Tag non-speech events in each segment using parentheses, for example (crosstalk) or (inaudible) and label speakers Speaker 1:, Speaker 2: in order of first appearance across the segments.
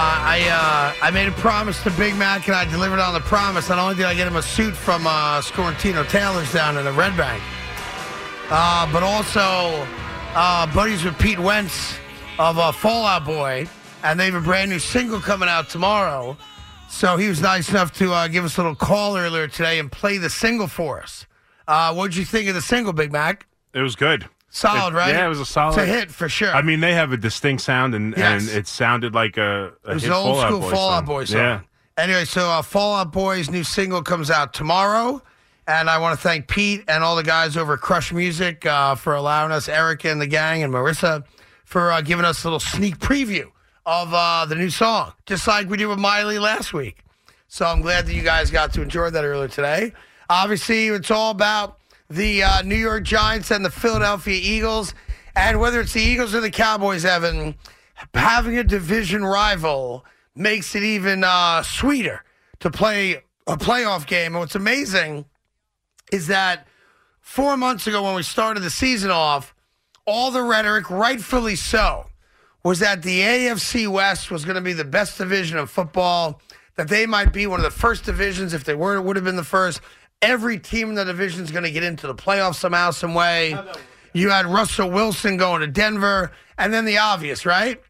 Speaker 1: I uh, I made a promise to Big Mac, and I delivered on the promise. Not only did I get him a suit from uh, Scorantino Taylor's down in the Red Bank, uh, but also uh, buddies with Pete Wentz of uh, Fallout Boy, and they have a brand new single coming out tomorrow. So he was nice enough to uh, give us a little call earlier today and play the single for us. Uh, what'd you think of the single, Big Mac?
Speaker 2: It was good.
Speaker 1: Solid,
Speaker 2: It-
Speaker 1: right?
Speaker 2: Yeah, it was a solid.
Speaker 1: It's a hit for sure.
Speaker 2: I mean, they have a distinct sound, and,
Speaker 1: Yes.
Speaker 2: and it sounded like a, a
Speaker 1: It was
Speaker 2: hit
Speaker 1: an old
Speaker 2: Fall Out
Speaker 1: school
Speaker 2: Boy
Speaker 1: Fall
Speaker 2: song.
Speaker 1: Out Boy song.
Speaker 2: Yeah,
Speaker 1: Anyway, so uh, Fall Out Boy's new single comes out tomorrow. And I want to thank Pete and all the guys over at Crush Music uh, for allowing us, Erica and the gang, and Marissa for uh, giving us a little sneak preview of uh, the new song, just like we did with Miley last week. So I'm glad that you guys got to enjoy that earlier today. Obviously, it's all about the uh, New York Giants and the Philadelphia Eagles. And whether it's the Eagles or the Cowboys, Evan, having a division rival makes it even uh, sweeter to play a playoff game. And what's amazing is that four months ago, when we started the season off, all the rhetoric, rightfully so, was that the AFC West was going to be the best division of football, that they might be one of the first divisions. If they were, it would have been the first. Every team in the division is going to get into the playoffs somehow, some way. You had Russell Wilson going to Denver, and then the obvious, right?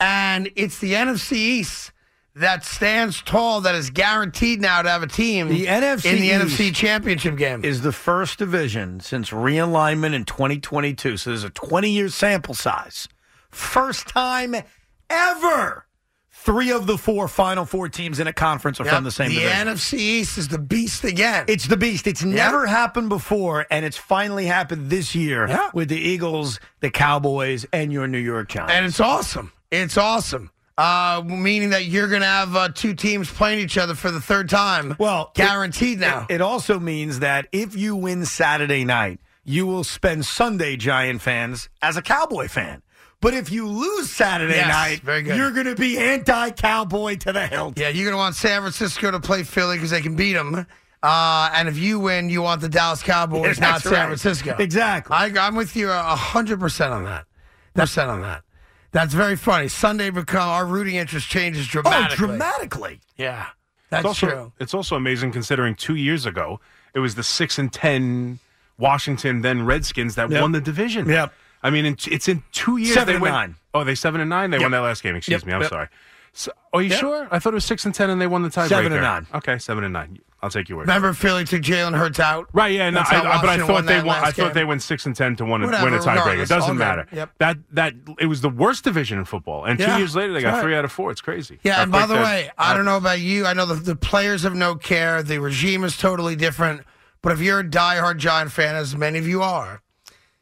Speaker 1: And it's the NFC East that stands tall, that is guaranteed now to have a team
Speaker 3: The NFC
Speaker 1: in the
Speaker 3: East
Speaker 1: NFC Championship game.
Speaker 3: Is the first division since realignment in 2022. So there's a 20 year sample size. First time ever. Three of the four final four teams in a conference are
Speaker 1: Yep.
Speaker 3: from the same division.
Speaker 1: NFC East is the beast again.
Speaker 3: It's the beast. It's never happened before, and it's finally happened this year
Speaker 1: Yeah.
Speaker 3: with the Eagles, the Cowboys, and your New York Giants.
Speaker 1: and it's awesome. It's awesome. Uh, meaning that you're going to have uh, two teams playing each other for the third time.
Speaker 3: Well, it-
Speaker 1: guaranteed now.
Speaker 3: It also means that if you win Saturday night, you will spend Sunday, Giant fans, as a Cowboy fan. But if you lose Saturday
Speaker 1: Yes,
Speaker 3: night,
Speaker 1: very good.
Speaker 3: you're going to be anti Cowboy to the hilt.
Speaker 1: yeah, you're going to want San Francisco to play Philly because they can beat them. Uh, and if you win, you want the Dallas Cowboys,
Speaker 3: (laughs) That's
Speaker 1: not San
Speaker 3: right.
Speaker 1: Francisco.
Speaker 3: Exactly.
Speaker 1: I, I'm with you a hundred percent on that. Percent on that. That's very funny. Sunday become our rooting interest changes
Speaker 3: oh,
Speaker 1: dramatically.
Speaker 3: dramatically.
Speaker 1: Yeah, that's
Speaker 2: it's also
Speaker 1: true.
Speaker 2: it's also amazing considering two years ago it was the six and ten Washington then Redskins that
Speaker 3: Yep.
Speaker 2: won the division.
Speaker 3: Yep.
Speaker 2: I mean, in- it's in two years
Speaker 3: Seven
Speaker 2: they
Speaker 3: and
Speaker 2: went-
Speaker 3: nine.
Speaker 2: Oh, they seven and nine. They won that last game. Excuse
Speaker 3: Yep,
Speaker 2: me. I'm
Speaker 3: yep.
Speaker 2: sorry. So, are you sure? I thought it was six and ten, and they won the tiebreaker.
Speaker 3: Seven and nine.
Speaker 2: Okay, seven and nine. I'll take your word.
Speaker 1: Remember, Philly took Jalen Hurts out.
Speaker 2: Right, yeah, no,
Speaker 1: That's
Speaker 2: I,
Speaker 1: how
Speaker 2: I- but I
Speaker 1: Washington
Speaker 2: thought they
Speaker 1: that
Speaker 2: won. I
Speaker 1: last
Speaker 2: thought
Speaker 1: game.
Speaker 2: they went six and ten to win a,
Speaker 1: Whatever,
Speaker 2: win a tiebreaker. It
Speaker 1: regardless, all
Speaker 2: doesn't
Speaker 1: good.
Speaker 2: matter.
Speaker 1: Yep.
Speaker 2: That that it was the worst division in football, and
Speaker 1: Yeah,
Speaker 2: two years later they
Speaker 1: that's
Speaker 2: got
Speaker 1: right.
Speaker 2: three out of four. It's crazy.
Speaker 1: Yeah,
Speaker 2: How
Speaker 1: and by
Speaker 2: quick
Speaker 1: the
Speaker 2: that-
Speaker 1: way, I don't know about you. I know the, the players have no care. The regime is totally different. But if you're a diehard Giant fan, as many of you are,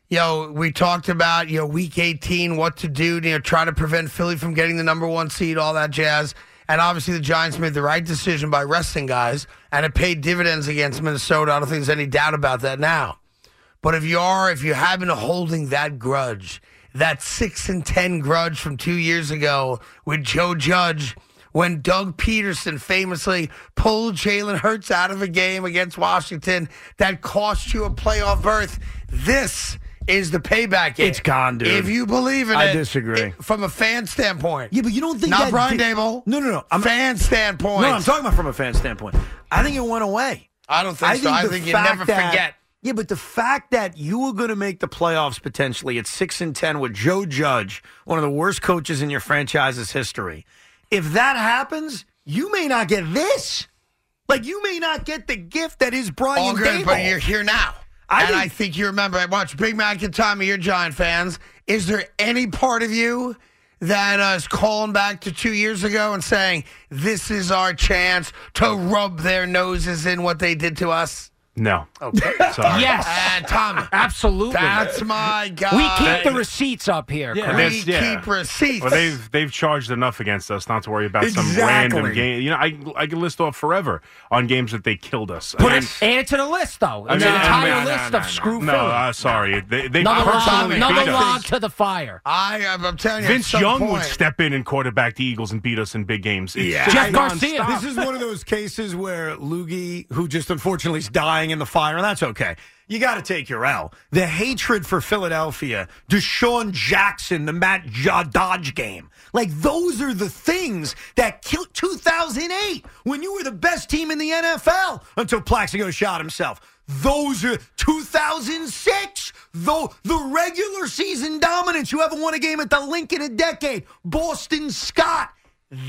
Speaker 1: you know, we talked about, you know, week 18, what to do, you know, try to prevent Philly from getting the number one seed, all that jazz. And obviously the Giants made the right decision by resting guys, and it paid dividends against Minnesota. I don't think there's any doubt about that now. But if you are, if you have been holding that grudge, that six and ten grudge from two years ago with Joe Judge, when Doug Peterson famously pulled Jalen Hurts out of a game against Washington that cost you a playoff berth, this is the payback.
Speaker 3: It's
Speaker 1: game.
Speaker 3: gone, dude.
Speaker 1: If you believe in
Speaker 3: I
Speaker 1: it,
Speaker 3: disagree.
Speaker 1: it- from a fan standpoint.
Speaker 3: Yeah, but you don't think
Speaker 1: not
Speaker 3: that
Speaker 1: Brian
Speaker 3: di-
Speaker 1: Dable.
Speaker 3: No, no, no. I'm-
Speaker 1: fan standpoint.
Speaker 3: No, I'm talking about from a fan standpoint. I think it went away.
Speaker 1: I don't think so. I
Speaker 3: the
Speaker 1: think you
Speaker 3: fact
Speaker 1: never
Speaker 3: that-
Speaker 1: forget.
Speaker 3: Yeah, but the fact that you were going to make the playoffs potentially at six and ten with Joe Judge, one of the worst coaches in your franchise's history, if that happens, you may not get this. Like you may not get the gift that is Brian
Speaker 1: All good,
Speaker 3: Dable.
Speaker 1: but you're here now.
Speaker 3: I
Speaker 1: and
Speaker 3: think-
Speaker 1: I think you remember. I watched Big Mac and Tommy. You're Giant fans. Is there any part of you that uh, is calling back to two years ago and saying this is our chance to rub their noses in what they did to us?
Speaker 2: no.
Speaker 1: Okay.
Speaker 2: (laughs) Sorry.
Speaker 4: Yes,
Speaker 1: and Tommy,
Speaker 4: (laughs) absolutely.
Speaker 1: that's my guy.
Speaker 4: we keep the receipts up here.
Speaker 2: Yeah,
Speaker 4: Chris.
Speaker 1: We
Speaker 2: That's- yeah.
Speaker 1: keep receipts.
Speaker 2: Well, they've they've charged enough against us not to worry about some
Speaker 3: Exactly.
Speaker 2: random game. You know, I I can list off forever on games that they killed us.
Speaker 4: Put
Speaker 2: I
Speaker 4: it, add it to the list, though.
Speaker 2: I
Speaker 4: It's
Speaker 2: mean,
Speaker 4: an
Speaker 2: and-
Speaker 4: entire
Speaker 2: no, no,
Speaker 4: list
Speaker 2: no,
Speaker 4: of
Speaker 2: no,
Speaker 4: screw
Speaker 2: No,
Speaker 4: Philly.
Speaker 2: uh, sorry, they they
Speaker 4: another log,
Speaker 2: personally
Speaker 4: another
Speaker 2: beat
Speaker 4: log
Speaker 2: us.
Speaker 4: to the fire.
Speaker 1: I, I'm, I'm telling you, at
Speaker 2: Vince
Speaker 1: some
Speaker 2: Young would
Speaker 1: point-
Speaker 2: step in and quarterback the Eagles and beat us in big games. It's
Speaker 3: Yeah.
Speaker 2: just
Speaker 4: Jeff Garcia.
Speaker 2: nonstop.
Speaker 3: This is one of those cases where Loogie, who just unfortunately is dying playing in the fire, and that's okay. You got to take your L. The hatred for Philadelphia, Deshaun Jackson, the Matt Ja- Dodge game. Like, those are the things that killed 2008 when you were the best team in the NFL until Plaxico shot himself. Those are 2006, though the regular season dominance. You haven't won a game at the link in a decade. Boston Scott.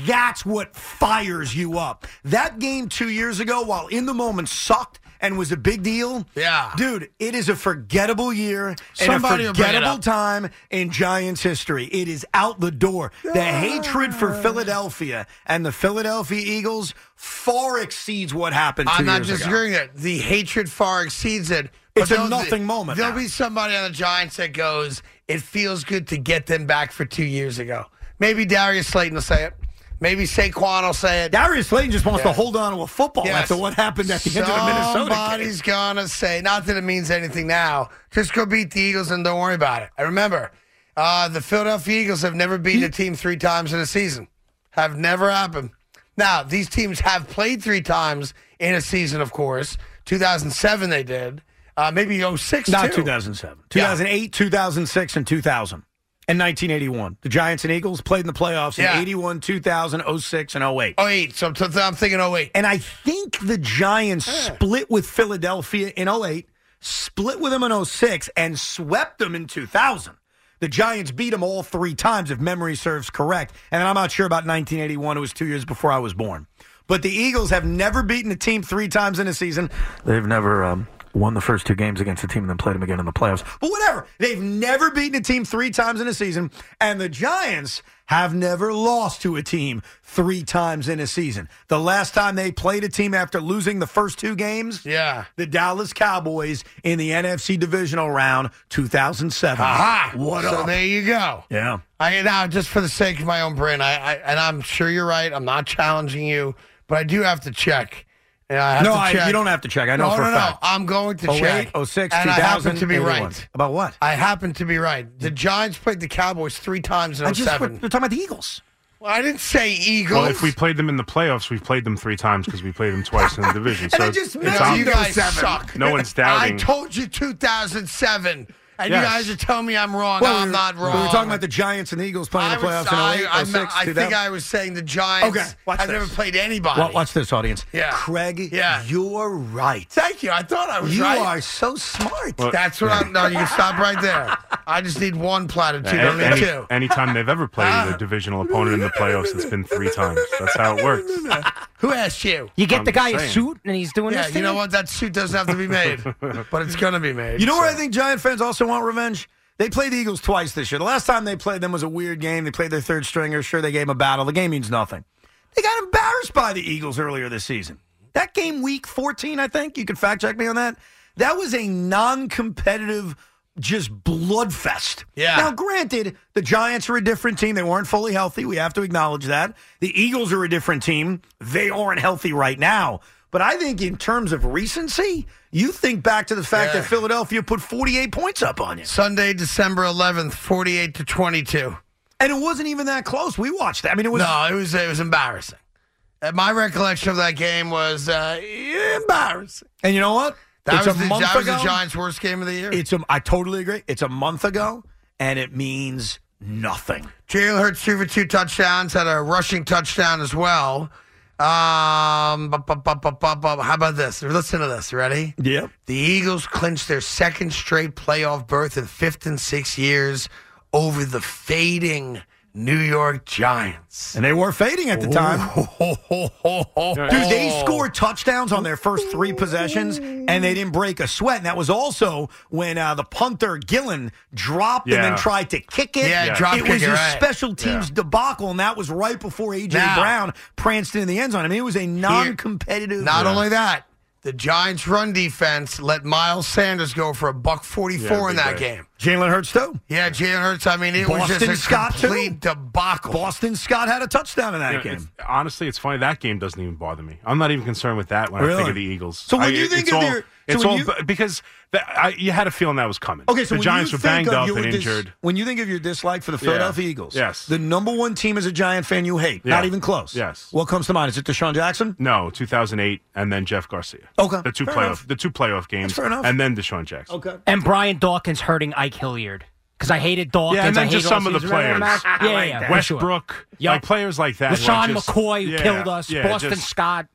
Speaker 3: That's what fires you up. That game two years ago, while in the moment sucked and was a big deal.
Speaker 1: Yeah.
Speaker 3: Dude, it is a forgettable year and
Speaker 1: Somebody
Speaker 3: a
Speaker 1: will bring it
Speaker 3: forgettable
Speaker 1: up.
Speaker 3: time in Giants history. It is out the door. The hatred for Philadelphia and the Philadelphia Eagles far exceeds what happened two
Speaker 1: I'm not
Speaker 3: years ago.
Speaker 1: disagreeing that the hatred far exceeds it. but
Speaker 3: It's a
Speaker 1: there'll-
Speaker 3: nothing moment
Speaker 1: There'll
Speaker 3: now.
Speaker 1: be somebody on the Giants that goes, "It feels good to get them back for two years ago." Maybe Darius Slayton will say it. Maybe Saquon will say it.
Speaker 3: Darius Slayton just wants
Speaker 1: Yeah.
Speaker 3: to hold on to a football
Speaker 1: Yes.
Speaker 3: after what happened at the end of the Minnesota game.
Speaker 1: Somebody's gonna say, not that it means anything now. Just go beat the Eagles and don't worry about it. I remember, uh, the Philadelphia Eagles have never beaten a team three times in a season. Have never happened. Now these teams have played three times in a season, of course. 2007 they did. Uh, maybe 06
Speaker 3: Not
Speaker 1: too.
Speaker 3: 2007. 2008, 2006, and 2000. And 1981. The Giants and Eagles played in the playoffs
Speaker 1: Yeah.
Speaker 3: in 81, 2000, 06, and 08.
Speaker 1: 08. So I'm, t- I'm thinking 08.
Speaker 3: And I think the Giants split with Philadelphia in 08, split with them in 06, and swept them in 2000. The Giants beat them all three times, if memory serves correct. And I'm not sure about 1981. It was two years before I was born. But the Eagles have never beaten a team three times in a season. They've never um, won the first two games against the team and then played them again in the playoffs. But whatever. They've never beaten a team three times in a season. And the Giants have never lost to a team three times in a season. The last time they played a team after losing the first two games,
Speaker 1: Yeah.
Speaker 3: the Dallas Cowboys in the NFC divisional round 2007.
Speaker 1: Aha.
Speaker 3: Ah, What
Speaker 1: so
Speaker 3: up?
Speaker 1: there you go.
Speaker 3: yeah.
Speaker 1: I now just for the sake of my own brain, I, I and I'm sure you're right. I'm not challenging you, but I do have to check. And I have
Speaker 3: No,
Speaker 1: to
Speaker 3: I,
Speaker 1: check.
Speaker 3: you don't have to check. I know
Speaker 1: no,
Speaker 3: for
Speaker 1: no,
Speaker 3: a
Speaker 1: no.
Speaker 3: fact.
Speaker 1: I'm going to check.
Speaker 3: 08, 06,
Speaker 1: and
Speaker 3: 2000,
Speaker 1: I happen to be
Speaker 3: 81.
Speaker 1: right.
Speaker 3: About what?
Speaker 1: I happen to be right. The Giants played the Cowboys three times in 07.
Speaker 3: talking about the Eagles.
Speaker 1: Well, I didn't say Eagles.
Speaker 2: Well, if we played them in the playoffs, we've played them three times because we played them twice in the division. So
Speaker 3: (laughs) I
Speaker 2: it's-
Speaker 3: just
Speaker 2: it's
Speaker 3: mentioned
Speaker 2: on-
Speaker 1: you guys
Speaker 3: 07.
Speaker 1: suck.
Speaker 2: No one's doubting.
Speaker 1: I told you 2007, and you
Speaker 2: Yes.
Speaker 1: guys are telling me I'm wrong.
Speaker 3: Well,
Speaker 1: I'm
Speaker 3: we-
Speaker 1: not wrong.
Speaker 3: We were talking about the Giants and the Eagles playing
Speaker 1: I,
Speaker 3: the playoffs
Speaker 1: was,
Speaker 3: in uh, 08,
Speaker 1: I, I,
Speaker 3: 06,
Speaker 1: I think
Speaker 3: 2000.
Speaker 1: I was saying the Giants
Speaker 3: Okay, watch
Speaker 1: have
Speaker 3: this.
Speaker 1: never played anybody.
Speaker 3: Wa- Watch this, audience.
Speaker 1: Yeah.
Speaker 3: Craig,
Speaker 1: Yeah.
Speaker 3: you're right.
Speaker 1: Thank you. I thought I was
Speaker 3: You
Speaker 1: right.
Speaker 3: are so smart. (laughs)
Speaker 2: Well,
Speaker 1: That's what I'm. No, you can stop right there. I just need one platitude. I don't
Speaker 2: a-
Speaker 1: need
Speaker 2: any,
Speaker 1: two.
Speaker 2: anytime they've ever played
Speaker 3: Ah.
Speaker 2: a divisional opponent in the playoffs, it's been three times. That's how it works.
Speaker 1: Who asked you?
Speaker 4: You get
Speaker 2: I'm
Speaker 4: the guy a
Speaker 2: saying.
Speaker 4: suit and he's doing
Speaker 1: Yeah,
Speaker 4: this.
Speaker 1: you know
Speaker 4: thing?
Speaker 1: what? That suit doesn't have to be made,
Speaker 3: (laughs)
Speaker 1: but it's gonna be made.
Speaker 3: You know where I
Speaker 1: so.
Speaker 3: think Giant fans also want revenge? They played the Eagles twice this year. The last time they played them was a weird game. They played their third stringer. Sure, they gave them a battle. The game means nothing. They got embarrassed by the Eagles earlier this season. That game, week 14, I think. You can fact check me on that. That was a non competitive, just bloodfest.
Speaker 1: Yeah.
Speaker 3: Now, granted, the Giants are a different team. They weren't fully healthy. We have to acknowledge that. The Eagles are a different team. They aren't healthy right now. But I think, in terms of recency, you think back to the fact
Speaker 1: Yeah.
Speaker 3: that Philadelphia put 48 points up on you.
Speaker 1: Sunday, December 11th, 48 to 22.
Speaker 3: And it wasn't even that close. We watched that. I mean, it was.
Speaker 1: No, it was it was embarrassing. Uh, my recollection of that game was uh, embarrassing.
Speaker 3: And you know what?
Speaker 1: That
Speaker 3: it's
Speaker 1: was,
Speaker 3: a
Speaker 1: the,
Speaker 3: month
Speaker 1: that was
Speaker 3: ago.
Speaker 1: the Giants' worst game of the year.
Speaker 3: It's a, I totally agree. It's a month ago, and it means nothing.
Speaker 1: Jalen Hurts threw for two touchdowns, had a rushing touchdown as well. Um, bu- bu- bu- bu- bu- bu- how about this? Listen to this. Ready?
Speaker 3: Yep.
Speaker 1: The Eagles clinched their second straight playoff berth in fifth and sixth years over the fading New York
Speaker 3: (laughs)
Speaker 1: Giants.
Speaker 3: And they were fading at the time. Dude, they
Speaker 1: Oh.
Speaker 3: scored touchdowns on their first three possessions, and they didn't break a sweat. And that was also when uh, the punter Gillen dropped and then
Speaker 2: Yeah.
Speaker 3: tried to kick it.
Speaker 1: Yeah, drop
Speaker 3: it
Speaker 1: kick
Speaker 3: was
Speaker 1: it,
Speaker 3: a
Speaker 1: right.
Speaker 3: special teams debacle, and that was right before AJ
Speaker 1: Now-
Speaker 3: Brown pranced into the end zone. I mean, it was a non-competitive.
Speaker 1: Not only that, the Giants' run defense let Miles Sanders go for a buck 44
Speaker 2: Yeah,
Speaker 1: in
Speaker 2: big
Speaker 1: that
Speaker 2: day.
Speaker 1: game.
Speaker 3: Jalen Hurts too.
Speaker 1: Yeah, Jalen Hurts, I mean, it was
Speaker 3: Boston
Speaker 1: just a
Speaker 3: Scott, too.
Speaker 1: complete debacle.
Speaker 3: Boston Scott had a touchdown in that
Speaker 2: You know,
Speaker 3: game.
Speaker 2: it's- honestly, it's funny. That game doesn't even bother me. I'm not even concerned with that when I
Speaker 3: Really?
Speaker 2: think of the Eagles.
Speaker 3: So when
Speaker 2: I-
Speaker 3: you
Speaker 2: it-
Speaker 3: think
Speaker 2: it's
Speaker 3: of
Speaker 2: all-
Speaker 3: your-
Speaker 2: It's
Speaker 3: when
Speaker 2: all
Speaker 3: you-
Speaker 2: b- because that, I, you had a feeling that was coming.
Speaker 3: Okay, so
Speaker 2: the
Speaker 3: when
Speaker 2: Giants
Speaker 3: you
Speaker 2: were banged
Speaker 3: think of
Speaker 2: up
Speaker 3: your
Speaker 2: and
Speaker 3: dis-
Speaker 2: injured.
Speaker 3: when you think of your dislike for the Philadelphia Eagles,
Speaker 2: Yes.
Speaker 3: the number one team as a Giant fan you hate, not
Speaker 2: Yeah.
Speaker 3: even close.
Speaker 2: Yes.
Speaker 3: What comes to mind? Is it Deshaun Jackson?
Speaker 2: No, 2008, and then Jeff Garcia.
Speaker 3: Okay,
Speaker 2: the two
Speaker 3: fair
Speaker 2: playoff,
Speaker 3: enough.
Speaker 2: the two playoff games,
Speaker 3: fair enough.
Speaker 2: and then Deshaun Jackson.
Speaker 3: Okay.
Speaker 4: And Brian Dawkins hurting Ike Hilliard because I hated Dawkins.
Speaker 2: Yeah, and then
Speaker 4: I
Speaker 2: just
Speaker 4: hated all
Speaker 2: some of the
Speaker 4: season. Remember
Speaker 2: players.
Speaker 4: that, Mac? Yeah, yeah, yeah, for sure.
Speaker 2: Westbrook,
Speaker 4: Yup.
Speaker 2: like players like that.
Speaker 4: LaShawn
Speaker 2: were just-
Speaker 4: McCoy who
Speaker 2: yeah,
Speaker 4: killed us.
Speaker 2: yeah,
Speaker 4: Boston
Speaker 2: just-
Speaker 4: Scott.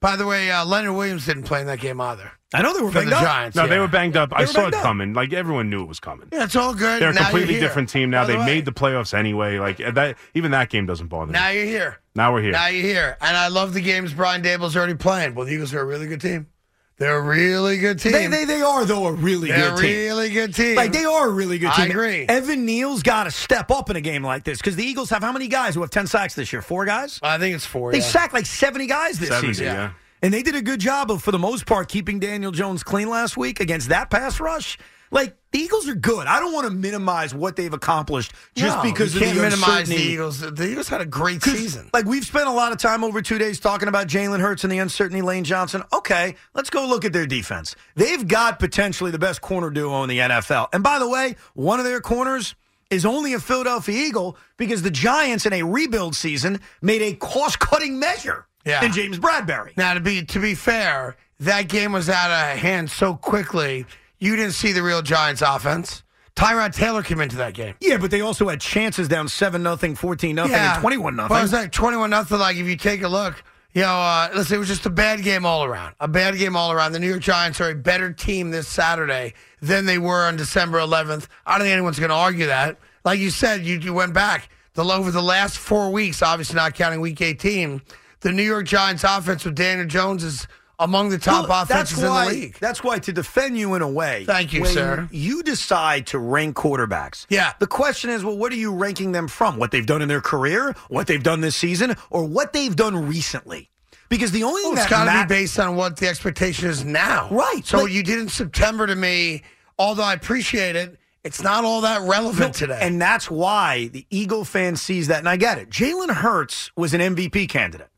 Speaker 1: By the way, uh, Leonard Williams didn't play in that game either
Speaker 3: I know they were
Speaker 1: for
Speaker 3: banged
Speaker 1: the
Speaker 3: up.
Speaker 1: Giants.
Speaker 2: no, they
Speaker 1: yeah.
Speaker 2: were banged up. I
Speaker 3: were
Speaker 2: saw
Speaker 3: banged
Speaker 2: it
Speaker 3: up.
Speaker 2: coming. Like everyone knew it was coming.
Speaker 1: Yeah, it's all good.
Speaker 2: They're a
Speaker 1: Now you're
Speaker 2: completely
Speaker 1: here.
Speaker 2: different team now.
Speaker 1: By
Speaker 2: They
Speaker 1: way,
Speaker 2: made the playoffs anyway. Like that, even that game doesn't bother
Speaker 1: Now
Speaker 2: me.
Speaker 1: you're here.
Speaker 2: Now we're here.
Speaker 1: Now you're here. And I love the games Brian Dable's already playing. Well, the Eagles are a really good team. They're a really good team.
Speaker 3: They, they, they are though a really
Speaker 1: are a
Speaker 3: good team.
Speaker 1: really good team.
Speaker 3: Like they are a really good
Speaker 1: I
Speaker 3: team.
Speaker 1: agree.
Speaker 3: Evan Neal's got to step up in a game like this because the Eagles have how many guys who have ten sacks this year? Four guys.
Speaker 1: I think it's four.
Speaker 3: They
Speaker 1: yeah.
Speaker 3: sacked like seventy guys this
Speaker 2: 70,
Speaker 3: season.
Speaker 2: yeah.
Speaker 3: And they did a good job of, for the most part, keeping Daniel Jones clean last week against that pass rush. Like the Eagles are good. I don't want to minimize what they've accomplished just
Speaker 1: No,
Speaker 3: because
Speaker 1: you
Speaker 3: of
Speaker 1: can't
Speaker 3: the
Speaker 1: minimize the
Speaker 3: uncertainty.
Speaker 1: Eagles. The Eagles had a great
Speaker 3: 'Cause,
Speaker 1: season.
Speaker 3: Like we've spent a lot of time over two days talking about Jalen Hurts and the uncertainty Lane Johnson. Okay, let's go look at their defense. They've got potentially the best corner duo in the NFL. And by the way, one of their corners is only a Philadelphia Eagle because the Giants in a rebuild season made a cost-cutting measure
Speaker 1: Yeah.
Speaker 3: in James Bradbury.
Speaker 1: Now, to be to be fair, that game was out of hand so quickly. You didn't see the real Giants offense. Tyrod Taylor came into that game.
Speaker 3: Yeah, but they also had chances down 7 nothing, 14 nothing, and 21 nothing.
Speaker 1: Well, it's like twenty-one nothing. Like if you take a look, you know, uh, let's say it was just a bad game all around. A bad game all around. The New York Giants are a better team this Saturday than they were on December 11th. I don't think anyone's going to argue that. Like you said, you, you went back the over the last four weeks, obviously not counting Week 18. The New York Giants offense with Daniel Jones is among the top
Speaker 3: Well,
Speaker 1: offenses
Speaker 3: why,
Speaker 1: in the league.
Speaker 3: That's why to defend you in a way.
Speaker 1: Thank you,
Speaker 3: when
Speaker 1: sir.
Speaker 3: You decide to rank quarterbacks.
Speaker 1: Yeah.
Speaker 3: The question is, well, what are you ranking them from? What they've done in their career, what they've done this season, or what they've done recently? Because the only thing
Speaker 1: It's
Speaker 3: that
Speaker 1: got to
Speaker 3: mat-
Speaker 1: be based on what the expectation is now.
Speaker 3: Right,
Speaker 1: So
Speaker 3: like-
Speaker 1: you did in September to me, although I appreciate it, it's not all that relevant today.
Speaker 3: And that's why the Eagle fan sees that. And I get it. Jalen Hurts was an MVP candidate.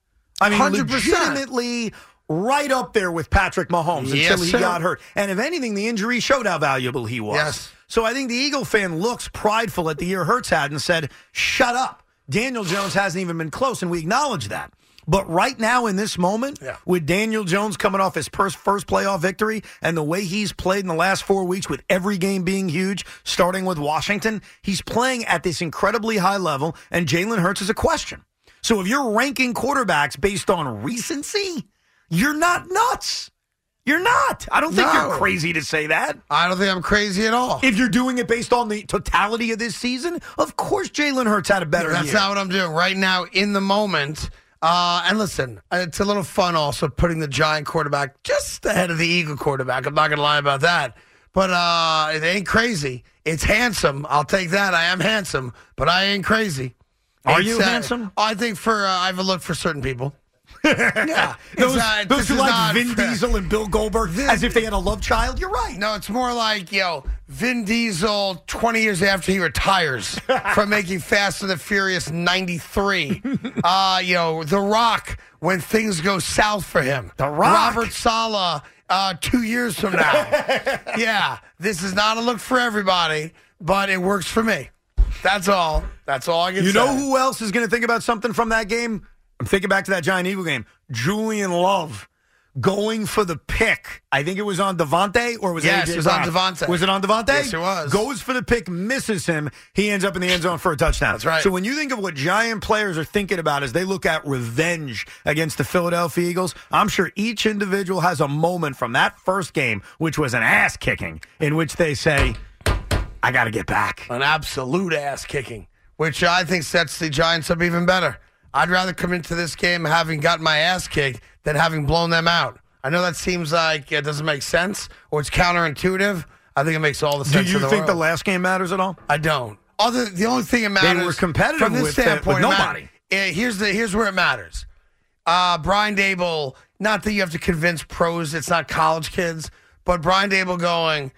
Speaker 3: I mean,
Speaker 1: 100%.
Speaker 3: legitimately right up there with Patrick Mahomes
Speaker 1: Yes,
Speaker 3: until he
Speaker 1: sir.
Speaker 3: got hurt. And if anything, the injury showed how valuable he was.
Speaker 1: Yes.
Speaker 3: So I think the Eagle fan looks prideful at the year Hurts had and said, shut up. Daniel Jones hasn't even been close, and we acknowledge that. But right now, in this moment,
Speaker 1: Yeah.
Speaker 3: with Daniel Jones coming off his first, first playoff victory and the way he's played in the last four weeks, with every game being huge, starting with Washington, he's playing at this incredibly high level, and Jalen Hurts is a question. So if you're ranking quarterbacks based on recency, you're not nuts. You're not. I don't think
Speaker 1: No.
Speaker 3: you're crazy to say that.
Speaker 1: I don't think I'm crazy at all.
Speaker 3: If you're doing it based on the totality of this season, of course Jalen Hurts had a better
Speaker 1: That's
Speaker 3: year.
Speaker 1: not what I'm doing right now in the moment. Uh, and listen, it's a little fun also putting the Giant quarterback just ahead of the Eagle quarterback. I'm not going to lie about that. But uh, it ain't crazy. It's handsome. I'll take that. I am handsome, but I ain't crazy.
Speaker 3: Are you
Speaker 1: uh,
Speaker 3: handsome?
Speaker 1: I think for uh, I have a look for certain people. yeah,
Speaker 3: those,
Speaker 1: It's, uh,
Speaker 3: those
Speaker 1: this
Speaker 3: who
Speaker 1: is
Speaker 3: like
Speaker 1: not
Speaker 3: Vin
Speaker 1: fair.
Speaker 3: Diesel and Bill Goldberg as if they had a love child, you're right.
Speaker 1: No, it's more like, yo, Vin Diesel 20 years after he retires
Speaker 3: (laughs)
Speaker 1: from making Fast and the Furious
Speaker 3: (laughs)
Speaker 1: 93. uh, you know, The Rock when things go south for him. The
Speaker 3: Rock.
Speaker 1: Robert Sala uh, two years from
Speaker 3: (laughs)
Speaker 1: now. yeah, this is not a look for everybody, but it works for me. That's all. That's all I can
Speaker 3: You
Speaker 1: say.
Speaker 3: know who else is going to think about something from that game? I'm thinking back to that Giant Eagle game. Julian Love going for the pick. I think it was on Devontae or was
Speaker 1: Yes,
Speaker 3: AJ
Speaker 1: it was on
Speaker 3: Brown?
Speaker 1: Devontae.
Speaker 3: Was it on Devontae?
Speaker 1: Yes, it was.
Speaker 3: Goes for the pick, misses him. He ends up in the end zone for a touchdown.
Speaker 1: That's right.
Speaker 3: So when you think of what Giant players are thinking about as they look at revenge against the Philadelphia Eagles, I'm sure each individual has a moment from that first game, which was an ass kicking, in which they say, I got to get back.
Speaker 1: an absolute ass kicking, which I think sets the Giants up even better. I'd rather come into this game having gotten my ass kicked than having blown them out. I know that seems like it doesn't make sense or it's counterintuitive. I think it makes all the
Speaker 3: Do
Speaker 1: sense.
Speaker 3: you
Speaker 1: in the
Speaker 3: think the
Speaker 1: world.
Speaker 3: last game matters at all?
Speaker 1: I don't. Other the only thing that matters
Speaker 3: were competitive
Speaker 1: from this
Speaker 3: with the- with
Speaker 1: standpoint. it matter-
Speaker 3: nobody.
Speaker 1: eh, here's the here's where it matters. Uh, Brian Dable. Not that you have to convince pros it's not college kids, but Brian Dable going.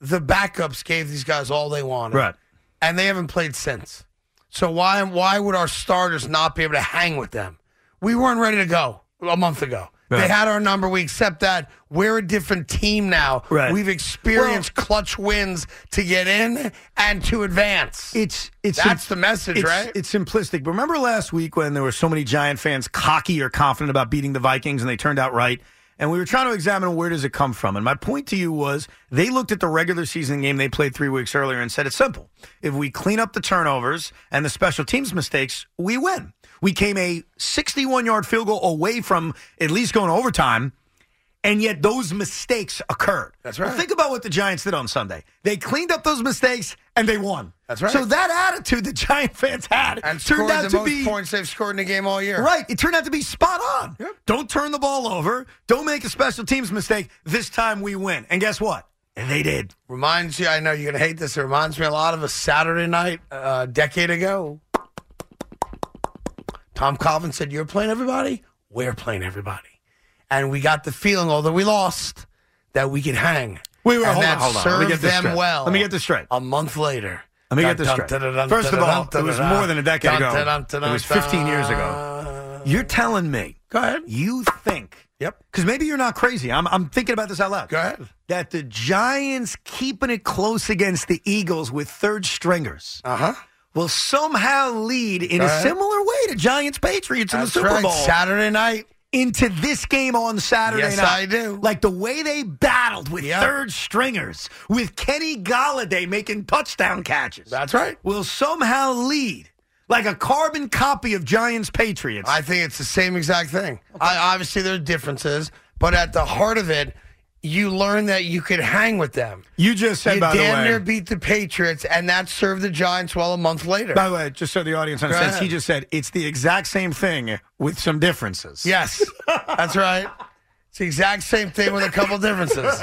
Speaker 1: The backups gave these guys all they wanted,
Speaker 3: Right.
Speaker 1: And they haven't played since. So why why would our starters not be able to hang with them? We weren't ready to go a month ago. They had our number. We accept that. We're a different team now.
Speaker 3: Right.
Speaker 1: We've experienced clutch wins to get in and to advance.
Speaker 3: It's it's
Speaker 1: That's the message,
Speaker 3: it's-
Speaker 1: right?
Speaker 3: It's simplistic. But remember last week when there were so many Giant fans cocky or confident about beating the Vikings and they turned out right. And we were trying to examine where does it come from. And my point to you was they looked at the regular season game they played three weeks earlier and said it's simple. If we clean up the turnovers and the special teams mistakes, we win. We came a 61 yard field goal away from at least going to overtime and yet those mistakes occurred.
Speaker 1: That's right.
Speaker 3: Well, think about what the Giants did on Sunday. They cleaned up those mistakes and they won.
Speaker 1: That's right.
Speaker 3: So that attitude the Giant fans had
Speaker 1: and
Speaker 3: turned
Speaker 1: scored
Speaker 3: out
Speaker 1: the
Speaker 3: to
Speaker 1: most
Speaker 3: be
Speaker 1: points they've scored in the game all year.
Speaker 3: right. It turned out to be spot on. Don't turn the ball over. Don't make a special teams mistake. This time we win. And guess what? And they did.
Speaker 1: Reminds you, I know you're going to hate this. It reminds me a lot of a Saturday night uh, a decade ago. Tom Coughlin said, You're playing everybody? We're playing everybody. And we got the feeling, although we lost, that we could hang.
Speaker 3: Wait,
Speaker 1: and
Speaker 3: wait, hold on,
Speaker 1: that
Speaker 3: hold on. Let me
Speaker 1: Served
Speaker 3: get this
Speaker 1: them
Speaker 3: straight.
Speaker 1: well.
Speaker 3: Let me get this straight.
Speaker 1: A month later.
Speaker 3: Let me get this
Speaker 1: Dun,
Speaker 3: straight.
Speaker 1: dun, dun, dun,
Speaker 3: First of
Speaker 1: dun,
Speaker 3: all,
Speaker 1: dun,
Speaker 3: it was
Speaker 1: dun,
Speaker 3: more than a decade
Speaker 1: dun,
Speaker 3: ago.
Speaker 1: dun, dun, dun,
Speaker 3: It was
Speaker 1: dun.
Speaker 3: 15 years ago. You're telling me
Speaker 1: Go ahead.
Speaker 3: you think
Speaker 1: Yep.
Speaker 3: because maybe you're not crazy. I'm, I'm thinking about this out loud.
Speaker 1: Go ahead.
Speaker 3: That the Giants keeping it close against the Eagles with third stringers
Speaker 1: Uh huh.
Speaker 3: will somehow lead in
Speaker 1: Go
Speaker 3: a
Speaker 1: ahead.
Speaker 3: similar way to Giants Patriots in the
Speaker 1: That's
Speaker 3: Super
Speaker 1: right.
Speaker 3: Bowl
Speaker 1: Saturday night.
Speaker 3: into this game on Saturday
Speaker 1: Yes,
Speaker 3: night.
Speaker 1: I do.
Speaker 3: Like the way they battled with
Speaker 1: Yep.
Speaker 3: third stringers, with Kenny Galladay making touchdown catches,
Speaker 1: That's right.
Speaker 3: will somehow lead like a carbon copy of Giants Patriots.
Speaker 1: I think it's the same exact thing. I, obviously, there are differences, but at the heart of it, you learn that you could hang with them.
Speaker 3: you just said
Speaker 1: You
Speaker 3: by the
Speaker 1: damn
Speaker 3: way.
Speaker 1: near beat the Patriots, and that served the Giants well a month later.
Speaker 3: By the way, just so the audience understands,
Speaker 1: ahead.
Speaker 3: he just said it's the exact same thing with some differences. (laughs)
Speaker 1: Yes, that's right. It's the exact same thing with a couple
Speaker 3: (laughs)
Speaker 1: differences.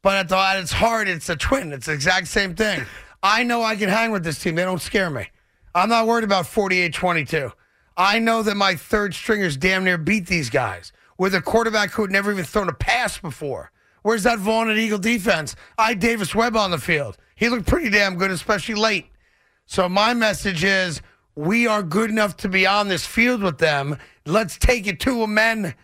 Speaker 1: But at, the, at its heart, it's a twin. It's the exact same thing. I know I can hang with this team. They don't scare me. I'm not worried about 48 22. I know that my third stringers damn near beat these guys with a quarterback who had never even thrown a pass before. Where's that Vaughn and Eagle defense? I had Davis Webb on the field. He looked pretty damn good, especially late. So my message is we are good enough to be on this field with them. Let's take it to them, men.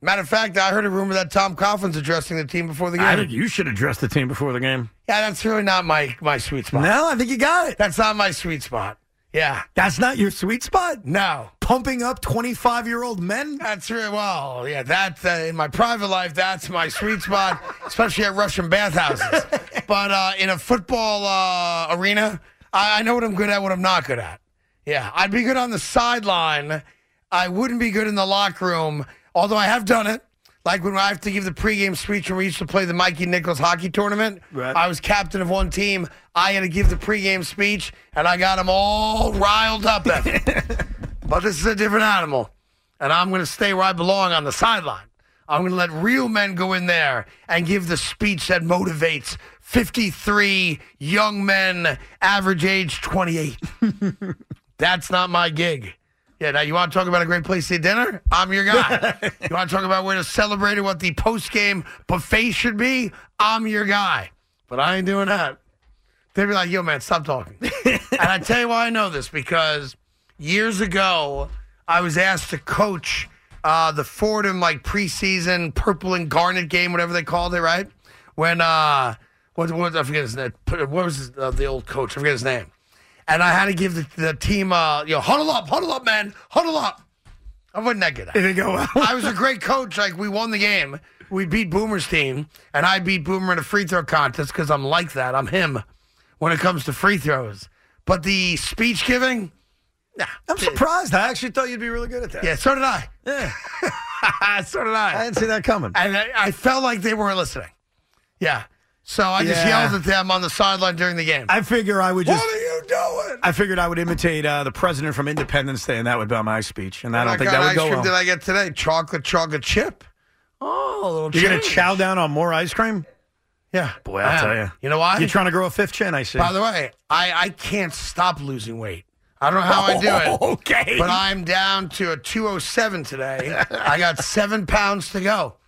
Speaker 1: Matter of fact, I heard a rumor that Tom Coughlin's addressing the team before the game.
Speaker 3: you should address the team before the game.
Speaker 1: yeah, that's really not my, my sweet spot.
Speaker 3: No, I think you got it.
Speaker 1: That's not my sweet spot. Yeah.
Speaker 3: That's not your sweet spot.
Speaker 1: No.
Speaker 3: Pumping up 25 year old men?
Speaker 1: That's really well, yeah. That uh, in my private life, that's my sweet spot, (laughs) especially at Russian bathhouses. But uh, in a football uh, arena, I, I know what I'm good at, what I'm not good at. Yeah, I'd be good on the sideline. I wouldn't be good in the locker room, although I have done it. Like when I have to give the pregame speech when we used to play the Mikey Nichols hockey tournament.
Speaker 3: Right.
Speaker 1: I was captain of one team. I had to give the pregame speech, and I got them all riled up. At but this is a different animal. And I'm going to stay where I belong on the sideline. I'm going to let real men go in there and give the speech that motivates 53 young men, average age 28. That's not my gig. Yeah, now you want to talk about a great place to eat dinner? I'm your guy. you want to talk about where to celebrate and what the post game buffet should be? I'm your guy. But I ain't doing that. They'd be like, yo, man, stop talking. and I tell you why I know this because years ago, I was asked to coach uh, the Fordham like preseason purple and garnet game, whatever they called it, right? When uh, what, what I forget his name. What was his, uh, the old coach? I forget his name. And I had to give the, the team, uh, you know, huddle up, huddle up, man, huddle up. I wasn't that good. At it.
Speaker 3: Didn't go well. (laughs)
Speaker 1: I was a great coach. Like we won the game. We beat Boomer's team, and I beat Boomer in a free throw contest because I'm like that. I'm him when it comes to free throws. But the speech giving, nah.
Speaker 3: I'm surprised. I actually thought you'd be really good at that.
Speaker 1: Yeah, so did I. (laughs)
Speaker 3: Yeah.
Speaker 1: so did
Speaker 3: I
Speaker 1: I.
Speaker 3: didn't see that coming.
Speaker 1: And I, I felt like they weren't listening. Yeah. So I just
Speaker 3: Yeah.
Speaker 1: yelled at them on the sideline during the game.
Speaker 3: I figure I would just.
Speaker 1: what are you doing?
Speaker 3: I figured I would imitate uh, the president from Independence Day, and that would be my speech. And I don't
Speaker 1: What
Speaker 3: think
Speaker 1: kind
Speaker 3: that
Speaker 1: of
Speaker 3: would
Speaker 1: Oh ice
Speaker 3: go
Speaker 1: cream
Speaker 3: well.
Speaker 1: did I get today? Chocolate, chocolate chip. Oh, a little.
Speaker 3: You're gonna
Speaker 1: change.
Speaker 3: chow down on more ice cream?
Speaker 1: Yeah,
Speaker 3: Boy, I'll
Speaker 1: I am.
Speaker 3: tell ya.
Speaker 1: You know why?
Speaker 3: You're trying to grow a fifth chin, I see.
Speaker 1: By the way, I, I can't stop losing weight. I don't know how I do it,
Speaker 3: (laughs) Okay.
Speaker 1: but I'm down to a 207 today. I got seven pounds to go,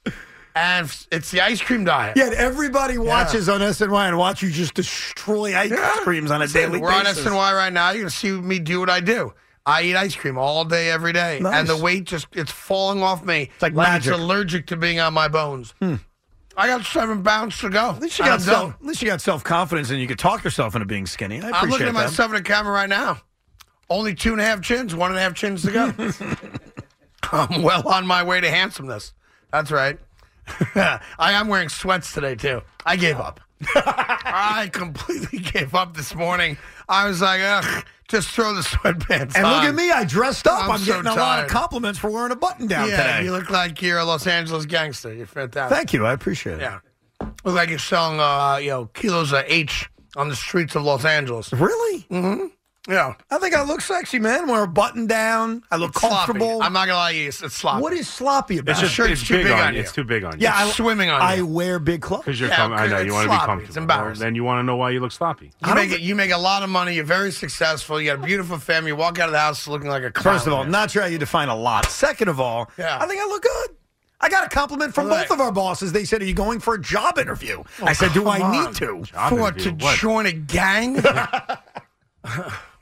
Speaker 1: and f- it's the ice cream diet.
Speaker 3: Yet everybody watches on SNY and watch you just destroy ice creams on a daily
Speaker 1: We're on
Speaker 3: basis.
Speaker 1: SNY right now. You're gonna see me do what I do. I eat ice cream all day, every day,
Speaker 3: Nice.
Speaker 1: and the weight just—it's falling off me. It's
Speaker 3: like magic.
Speaker 1: It's
Speaker 3: Hmm.
Speaker 1: allergic to being on my bones. I got seven pounds to go.
Speaker 3: At least you
Speaker 1: I'm
Speaker 3: got self,
Speaker 1: done.
Speaker 3: at least you got self confidence and you could talk yourself into being skinny. I appreciate
Speaker 1: I'm looking at
Speaker 3: that.
Speaker 1: myself in the camera right now. Only two and a half chins, one and a half chins to
Speaker 3: (laughs)
Speaker 1: go. I'm well on my way to handsomeness. That's right. (laughs) I am wearing sweats today too. I gave
Speaker 3: (laughs)
Speaker 1: up. I completely gave up this morning. I was like, ugh, just throw the sweatpants
Speaker 3: And look
Speaker 1: on.
Speaker 3: at me, I dressed up. I'm,
Speaker 1: I'm so
Speaker 3: getting a lot
Speaker 1: tired.
Speaker 3: of compliments for wearing a button down
Speaker 1: Yeah,
Speaker 3: today.
Speaker 1: you look like you're a Los Angeles gangster. You're fantastic.
Speaker 3: Thank you, I appreciate it.
Speaker 1: yeah, look like you're selling, uh, you know, kilos of H on the streets of Los Angeles.
Speaker 3: Really?
Speaker 1: Mm. Yeah,
Speaker 3: I think I look sexy, man. Wear a button down. I look comfortable.
Speaker 1: Sloppy. I'm not gonna lie to you, it's it's sloppy.
Speaker 3: what is sloppy about
Speaker 2: It's
Speaker 3: it?
Speaker 2: just
Speaker 1: sure
Speaker 2: it's
Speaker 1: it's too
Speaker 2: big,
Speaker 1: big
Speaker 2: on
Speaker 1: on
Speaker 2: you.
Speaker 1: you.
Speaker 2: It's too big on you.
Speaker 3: yeah, I,
Speaker 1: swimming on
Speaker 3: I
Speaker 1: you.
Speaker 3: wear big clothes.
Speaker 2: because you're
Speaker 1: yeah,
Speaker 2: com- I know
Speaker 1: it's
Speaker 2: you want to be
Speaker 1: sloppy.
Speaker 2: comfortable.
Speaker 1: It's embarrassing.
Speaker 2: Well, Then you want to know why you look sloppy.
Speaker 1: You make it, you make a lot of money. You're very successful. You got a beautiful family. You walk out of the house looking like a clown.
Speaker 3: First of all, not sure how you define a lot. Second of all,
Speaker 1: Yeah.
Speaker 3: I think I look good. I got a compliment from
Speaker 1: Look.
Speaker 3: both of our bosses. They said, "Are you going for a job interview?" I said, "Do I
Speaker 1: Oh, come on.
Speaker 3: need to?"
Speaker 2: Job
Speaker 1: for
Speaker 2: interview,
Speaker 1: to
Speaker 2: what?
Speaker 1: join a gang.
Speaker 3: (laughs)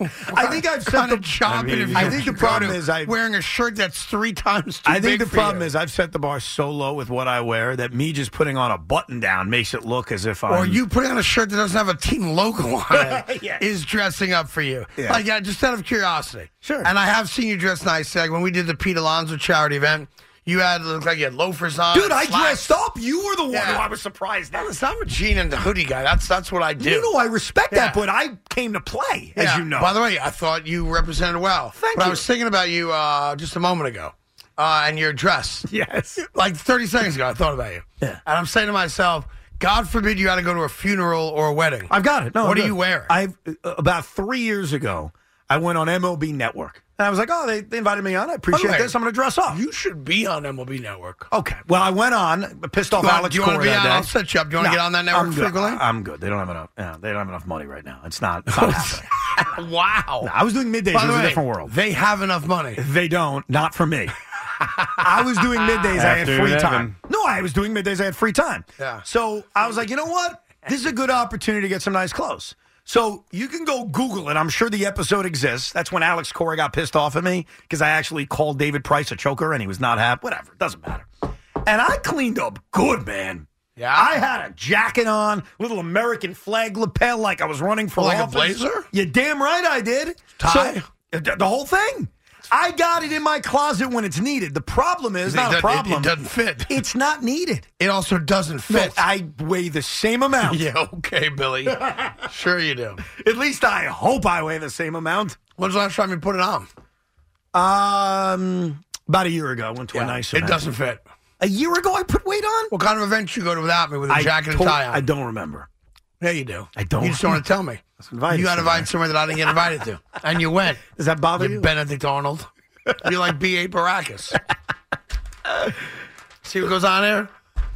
Speaker 3: I think I've set
Speaker 1: kind
Speaker 3: the
Speaker 1: of job
Speaker 2: I mean,
Speaker 1: interview.
Speaker 2: I
Speaker 3: think
Speaker 1: you
Speaker 3: the
Speaker 1: (laughs) go
Speaker 3: problem
Speaker 1: to,
Speaker 3: is I-
Speaker 1: wearing a shirt that's three times. Too
Speaker 3: I think
Speaker 1: big
Speaker 3: the
Speaker 1: for
Speaker 3: problem
Speaker 1: you.
Speaker 3: is I've set the bar so low with what I wear that me just putting on a button down makes it look as if I'm.
Speaker 1: Or you putting on a shirt that doesn't have a team logo
Speaker 3: (laughs)
Speaker 1: on it is
Speaker 3: Yeah.
Speaker 1: dressing up for you.
Speaker 3: Yeah.
Speaker 1: Like, yeah, just out of curiosity.
Speaker 3: Sure.
Speaker 1: And I have seen you dress nice. Like when we did the Pete Alonso charity event, you had looked like you had loafers on.
Speaker 3: dude, I
Speaker 1: slacks.
Speaker 3: dressed up. You were the one
Speaker 1: Yeah.
Speaker 3: who I was surprised at.
Speaker 1: Listen, I'm a jean and hoodie guy. That's that's what I do.
Speaker 3: You know, I respect
Speaker 1: Yeah.
Speaker 3: that, but I came to play,
Speaker 1: Yeah.
Speaker 3: as you know.
Speaker 1: By the way, I thought you represented well.
Speaker 3: Thank
Speaker 1: but I
Speaker 3: you.
Speaker 1: was thinking about you uh, just a moment ago uh, and your dress.
Speaker 3: (laughs) yes.
Speaker 1: Like 30 seconds ago, I thought about you.
Speaker 3: Yeah.
Speaker 1: And I'm saying to myself, God forbid you had to go to a funeral or a wedding.
Speaker 3: I've got it. No,
Speaker 1: What
Speaker 3: I'm
Speaker 1: are you
Speaker 3: good.
Speaker 1: wearing?
Speaker 3: I've uh, about three years ago, I went on MLB Network, and I was like, "Oh, they, they invited me on. I appreciate
Speaker 1: By the way,
Speaker 3: this. I'm going to dress up."
Speaker 1: you should be on MLB Network.
Speaker 3: okay. Well, I went on, pissed off
Speaker 1: Do you want-
Speaker 3: Alex.
Speaker 1: do you wanna
Speaker 3: Cora
Speaker 1: be
Speaker 3: that
Speaker 1: on?
Speaker 3: day.
Speaker 1: I'll set you up. Do you wanna
Speaker 3: No,
Speaker 1: get on that network
Speaker 3: I'm good.
Speaker 1: frequently?
Speaker 3: (laughs) I'm good. They don't have enough. Yeah, they don't have enough money right now. It's not. It's (laughs) not happening.
Speaker 1: wow.
Speaker 3: I was doing middays.
Speaker 1: By
Speaker 3: it
Speaker 1: the
Speaker 3: was
Speaker 1: way,
Speaker 3: a different world.
Speaker 1: they have enough money.
Speaker 3: They don't. Not for me. (laughs) I was doing middays. I had
Speaker 2: Afternoon,
Speaker 3: free
Speaker 2: Evan.
Speaker 3: time. No, I was doing middays. I had free time.
Speaker 1: Yeah.
Speaker 3: So I was like, you know what? This is a good opportunity to get some nice clothes. So you can go Google it. I'm sure the episode exists. That's when Alex Cora got pissed off at me because I actually called David Price a choker and he was not happy. Whatever. It doesn't matter. And I cleaned up good, man.
Speaker 1: Yeah.
Speaker 3: I had a jacket on, little American flag lapel, like I was running for
Speaker 1: Like a
Speaker 3: office.
Speaker 1: blazer?
Speaker 3: You damn right I did.
Speaker 1: Tie?
Speaker 3: So, the the whole thing. I got it in my closet when it's needed. The problem is
Speaker 1: It
Speaker 3: not
Speaker 1: doesn't-
Speaker 3: a problem.
Speaker 1: It, it doesn't fit.
Speaker 3: It's not needed.
Speaker 1: It also doesn't
Speaker 3: No,
Speaker 1: fit.
Speaker 3: I weigh the same amount.
Speaker 1: (laughs) yeah, okay,
Speaker 3: (laughs)
Speaker 1: Billy. sure you do.
Speaker 3: At least I hope I weigh the same amount.
Speaker 1: When's the last time you put it on?
Speaker 3: Um, about a year ago, I went to a nice.
Speaker 1: it
Speaker 3: event.
Speaker 1: doesn't fit.
Speaker 3: A year ago, I put weight on.
Speaker 1: What kind of event you go to without me with a
Speaker 3: I
Speaker 1: jacket
Speaker 3: to-
Speaker 1: and tie on?
Speaker 3: I don't remember.
Speaker 1: Yeah, you do.
Speaker 3: I don't.
Speaker 1: You just don't want to tell me.
Speaker 3: invited
Speaker 1: you got
Speaker 3: somewhere.
Speaker 1: invited somewhere that I didn't get invited
Speaker 3: (laughs)
Speaker 1: to, and you went.
Speaker 3: Does that bother
Speaker 1: You
Speaker 3: you?
Speaker 1: Benedict Arnold. You're like B. A. Baracus. See what goes on there?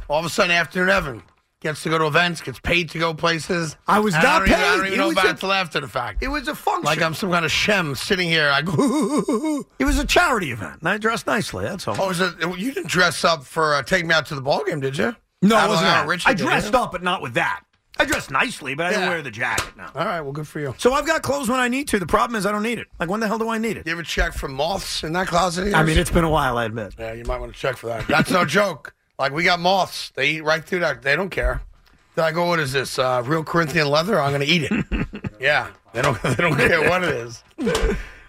Speaker 1: All of a sudden, afternoon Evan gets to go to events, gets paid to go places.
Speaker 3: I was
Speaker 1: And
Speaker 3: not
Speaker 1: I don't Even, I
Speaker 3: paid.
Speaker 1: don't even
Speaker 3: It
Speaker 1: know
Speaker 3: was
Speaker 1: about
Speaker 3: a-
Speaker 1: it till after the fact.
Speaker 3: It was a function.
Speaker 1: like I'm some kind of shem sitting here. I go.
Speaker 3: It was a charity event, and I dressed nicely. That's all.
Speaker 1: (laughs) Oh, is it, you didn't dress up for uh, take me out to the ball game, did you?
Speaker 3: no,
Speaker 1: I
Speaker 3: I wasn't. that.
Speaker 1: Rich
Speaker 3: I dressed up, but not with that. I dressed nicely, but I
Speaker 1: Yeah.
Speaker 3: didn't wear the jacket. No.
Speaker 1: All right, well, good for you.
Speaker 3: So I've got clothes when I need to. The problem is I don't need it. Like when the hell do I need it?
Speaker 1: You ever check for moths in that closet? Of
Speaker 3: I mean,
Speaker 1: yours?
Speaker 3: it's been a while. I admit.
Speaker 1: Yeah, you might want to check for that. That's no joke. Like we got moths. They eat right through that. They don't care. They're like, oh, what is this? Uh, real Corinthian leather? I'm gonna eat (laughs) it. (laughs) yeah. They don't they don't care what it is.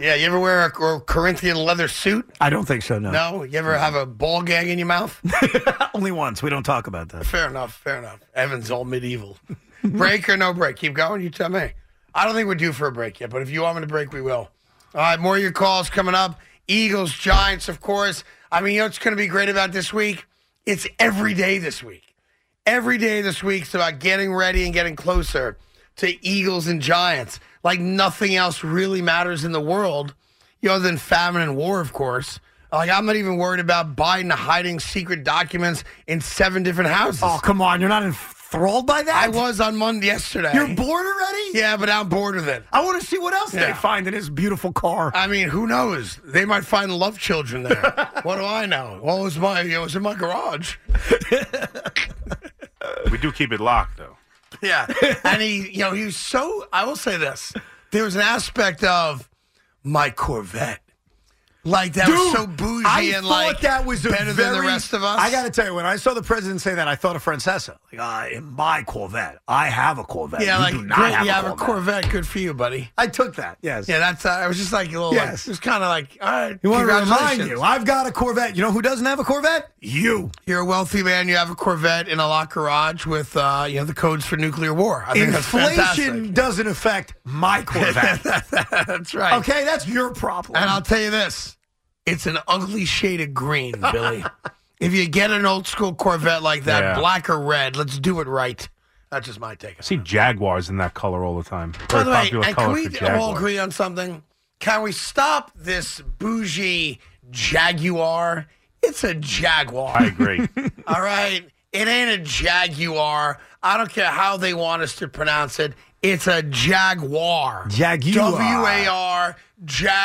Speaker 1: Yeah, you ever wear a Cor- Corinthian leather suit?
Speaker 3: I don't think so. No.
Speaker 1: No? You ever have a ball gag in your mouth?
Speaker 3: Only once. We don't talk about that.
Speaker 1: fair enough, fair enough. Evan's all medieval. break or no break? Keep going, you tell me. I don't think we're due for a break yet, but if you want me to break, we will. All right, more of your calls coming up. Eagles, Giants, of course. I mean, you know what's going to be great about this week? It's every day this week. Every day this week is about getting ready and getting closer to Eagles and Giants. Like nothing else really matters in the world, you know, other than famine and war, of course. Like I'm not even worried about Biden hiding secret documents in seven different houses.
Speaker 3: Oh come on! You're not enthralled by that.
Speaker 1: I was on Monday yesterday.
Speaker 3: You're bored already.
Speaker 1: yeah, but I'm bored with it.
Speaker 3: I want to see what else
Speaker 1: Yeah.
Speaker 3: they find in his beautiful car.
Speaker 1: I mean, who knows? They might find love children
Speaker 3: (laughs)
Speaker 1: there. what do I know? Well, it was my it was in my garage.
Speaker 2: We do keep it locked though.
Speaker 1: (laughs) Yeah. and he, you know, he was so, I will say this. There was an aspect of my Corvette. Like that was so bougie
Speaker 3: I
Speaker 1: and
Speaker 3: thought
Speaker 1: like
Speaker 3: that was a
Speaker 1: better than the
Speaker 3: very-
Speaker 1: rest of us.
Speaker 3: I got to tell you, when I saw the president say that, I thought of Francesa. Like, uh, in my Corvette, I have a Corvette.
Speaker 1: yeah,
Speaker 3: you
Speaker 1: like
Speaker 3: do not
Speaker 1: great,
Speaker 3: have,
Speaker 1: you
Speaker 3: a,
Speaker 1: have a
Speaker 3: Corvette.
Speaker 1: Corvette. Good for you, buddy.
Speaker 3: I took that. Yes.
Speaker 1: Yeah, that's. Uh, I was just like a little. like-
Speaker 3: Yes.
Speaker 1: it was kind of like all right.
Speaker 3: You want to remind
Speaker 1: congratulations.
Speaker 3: you, I've got a Corvette. You know who doesn't have a Corvette? You.
Speaker 1: You're a wealthy man. You have a Corvette in a locked garage with uh, you know the codes for nuclear war. I think that's
Speaker 3: Inflation
Speaker 1: fantastic.
Speaker 3: doesn't affect my Corvette. (laughs)
Speaker 1: that's right.
Speaker 3: okay, that's your problem.
Speaker 1: And I'll tell you this: it's an ugly shade of green,
Speaker 3: (laughs)
Speaker 1: Billy. if you get an old school Corvette like that,
Speaker 2: Yeah.
Speaker 1: black or red, let's do it right. That's just my take.
Speaker 2: I see Jaguars in that color all the time.
Speaker 1: By
Speaker 2: Very
Speaker 1: the way,
Speaker 2: popular
Speaker 1: and can
Speaker 2: color
Speaker 1: we
Speaker 2: for
Speaker 1: all
Speaker 2: Jaguars.
Speaker 1: agree on something? Can we stop this bougie Jaguar? It's a Jaguar.
Speaker 2: I agree.
Speaker 1: (laughs) All right. It ain't a Jaguar. I don't care how they want us to pronounce it. It's a Jaguar.
Speaker 3: Jaguar.
Speaker 1: W A R.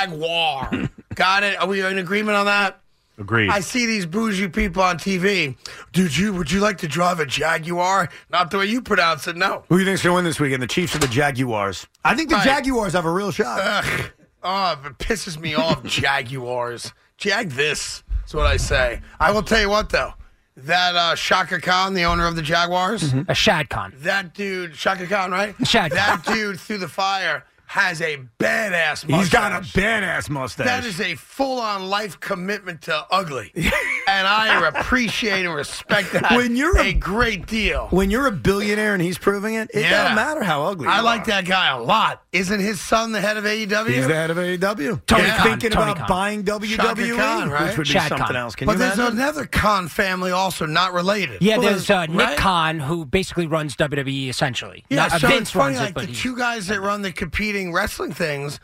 Speaker 1: Jaguar. Got it? Are we in agreement on that?
Speaker 2: Agreed.
Speaker 1: I see these bougie people on TV. Did you? Would you like to drive a Jaguar? Not the way you pronounce it. No.
Speaker 3: Who do you think's going to win this weekend? The Chiefs or the Jaguars? I think the
Speaker 1: Right.
Speaker 3: Jaguars have a real shot.
Speaker 1: Ugh. Oh, it pisses me off. Jaguars. Jag this. That's what I say. I will tell you what though. That uh, Shaka Khan, the owner of the Jaguars.
Speaker 4: A uh, Shad Khan.
Speaker 1: That dude, Shaka Khan, right?
Speaker 4: Mm-hmm. Shaka.
Speaker 1: That dude through the fire has a badass mustache.
Speaker 3: He's got a badass mustache.
Speaker 1: That is a full on life commitment to
Speaker 3: (laughs)
Speaker 1: ugly. and I appreciate and respect that
Speaker 3: When you're a-
Speaker 1: a, great deal.
Speaker 3: when you're a billionaire and he's proving it, it
Speaker 1: Yeah.
Speaker 3: doesn't matter how ugly.
Speaker 1: I
Speaker 3: you
Speaker 1: like
Speaker 3: are.
Speaker 1: that guy a lot. Isn't his son the head of E AEW?
Speaker 3: He's the head of AEW.
Speaker 4: Tony
Speaker 3: He's
Speaker 4: Khan,
Speaker 3: thinking
Speaker 4: Tony
Speaker 3: about
Speaker 4: Khan.
Speaker 3: buying WWE,
Speaker 1: Khan, right?
Speaker 3: which would be
Speaker 4: Shad
Speaker 3: something
Speaker 4: Khan.
Speaker 3: else. Can
Speaker 1: but
Speaker 3: you
Speaker 1: there's
Speaker 3: imagine?
Speaker 1: another Khan family also not related.
Speaker 4: Yeah,
Speaker 1: Well,
Speaker 4: there's uh, Nick
Speaker 1: right?
Speaker 4: Khan, who basically runs WWE essentially.
Speaker 1: Yeah,
Speaker 4: Not- uh,
Speaker 1: so
Speaker 4: Vince
Speaker 1: it's funny.
Speaker 4: runs
Speaker 1: Like
Speaker 4: it, but
Speaker 1: the
Speaker 4: he-
Speaker 1: two guys that run the competing wrestling things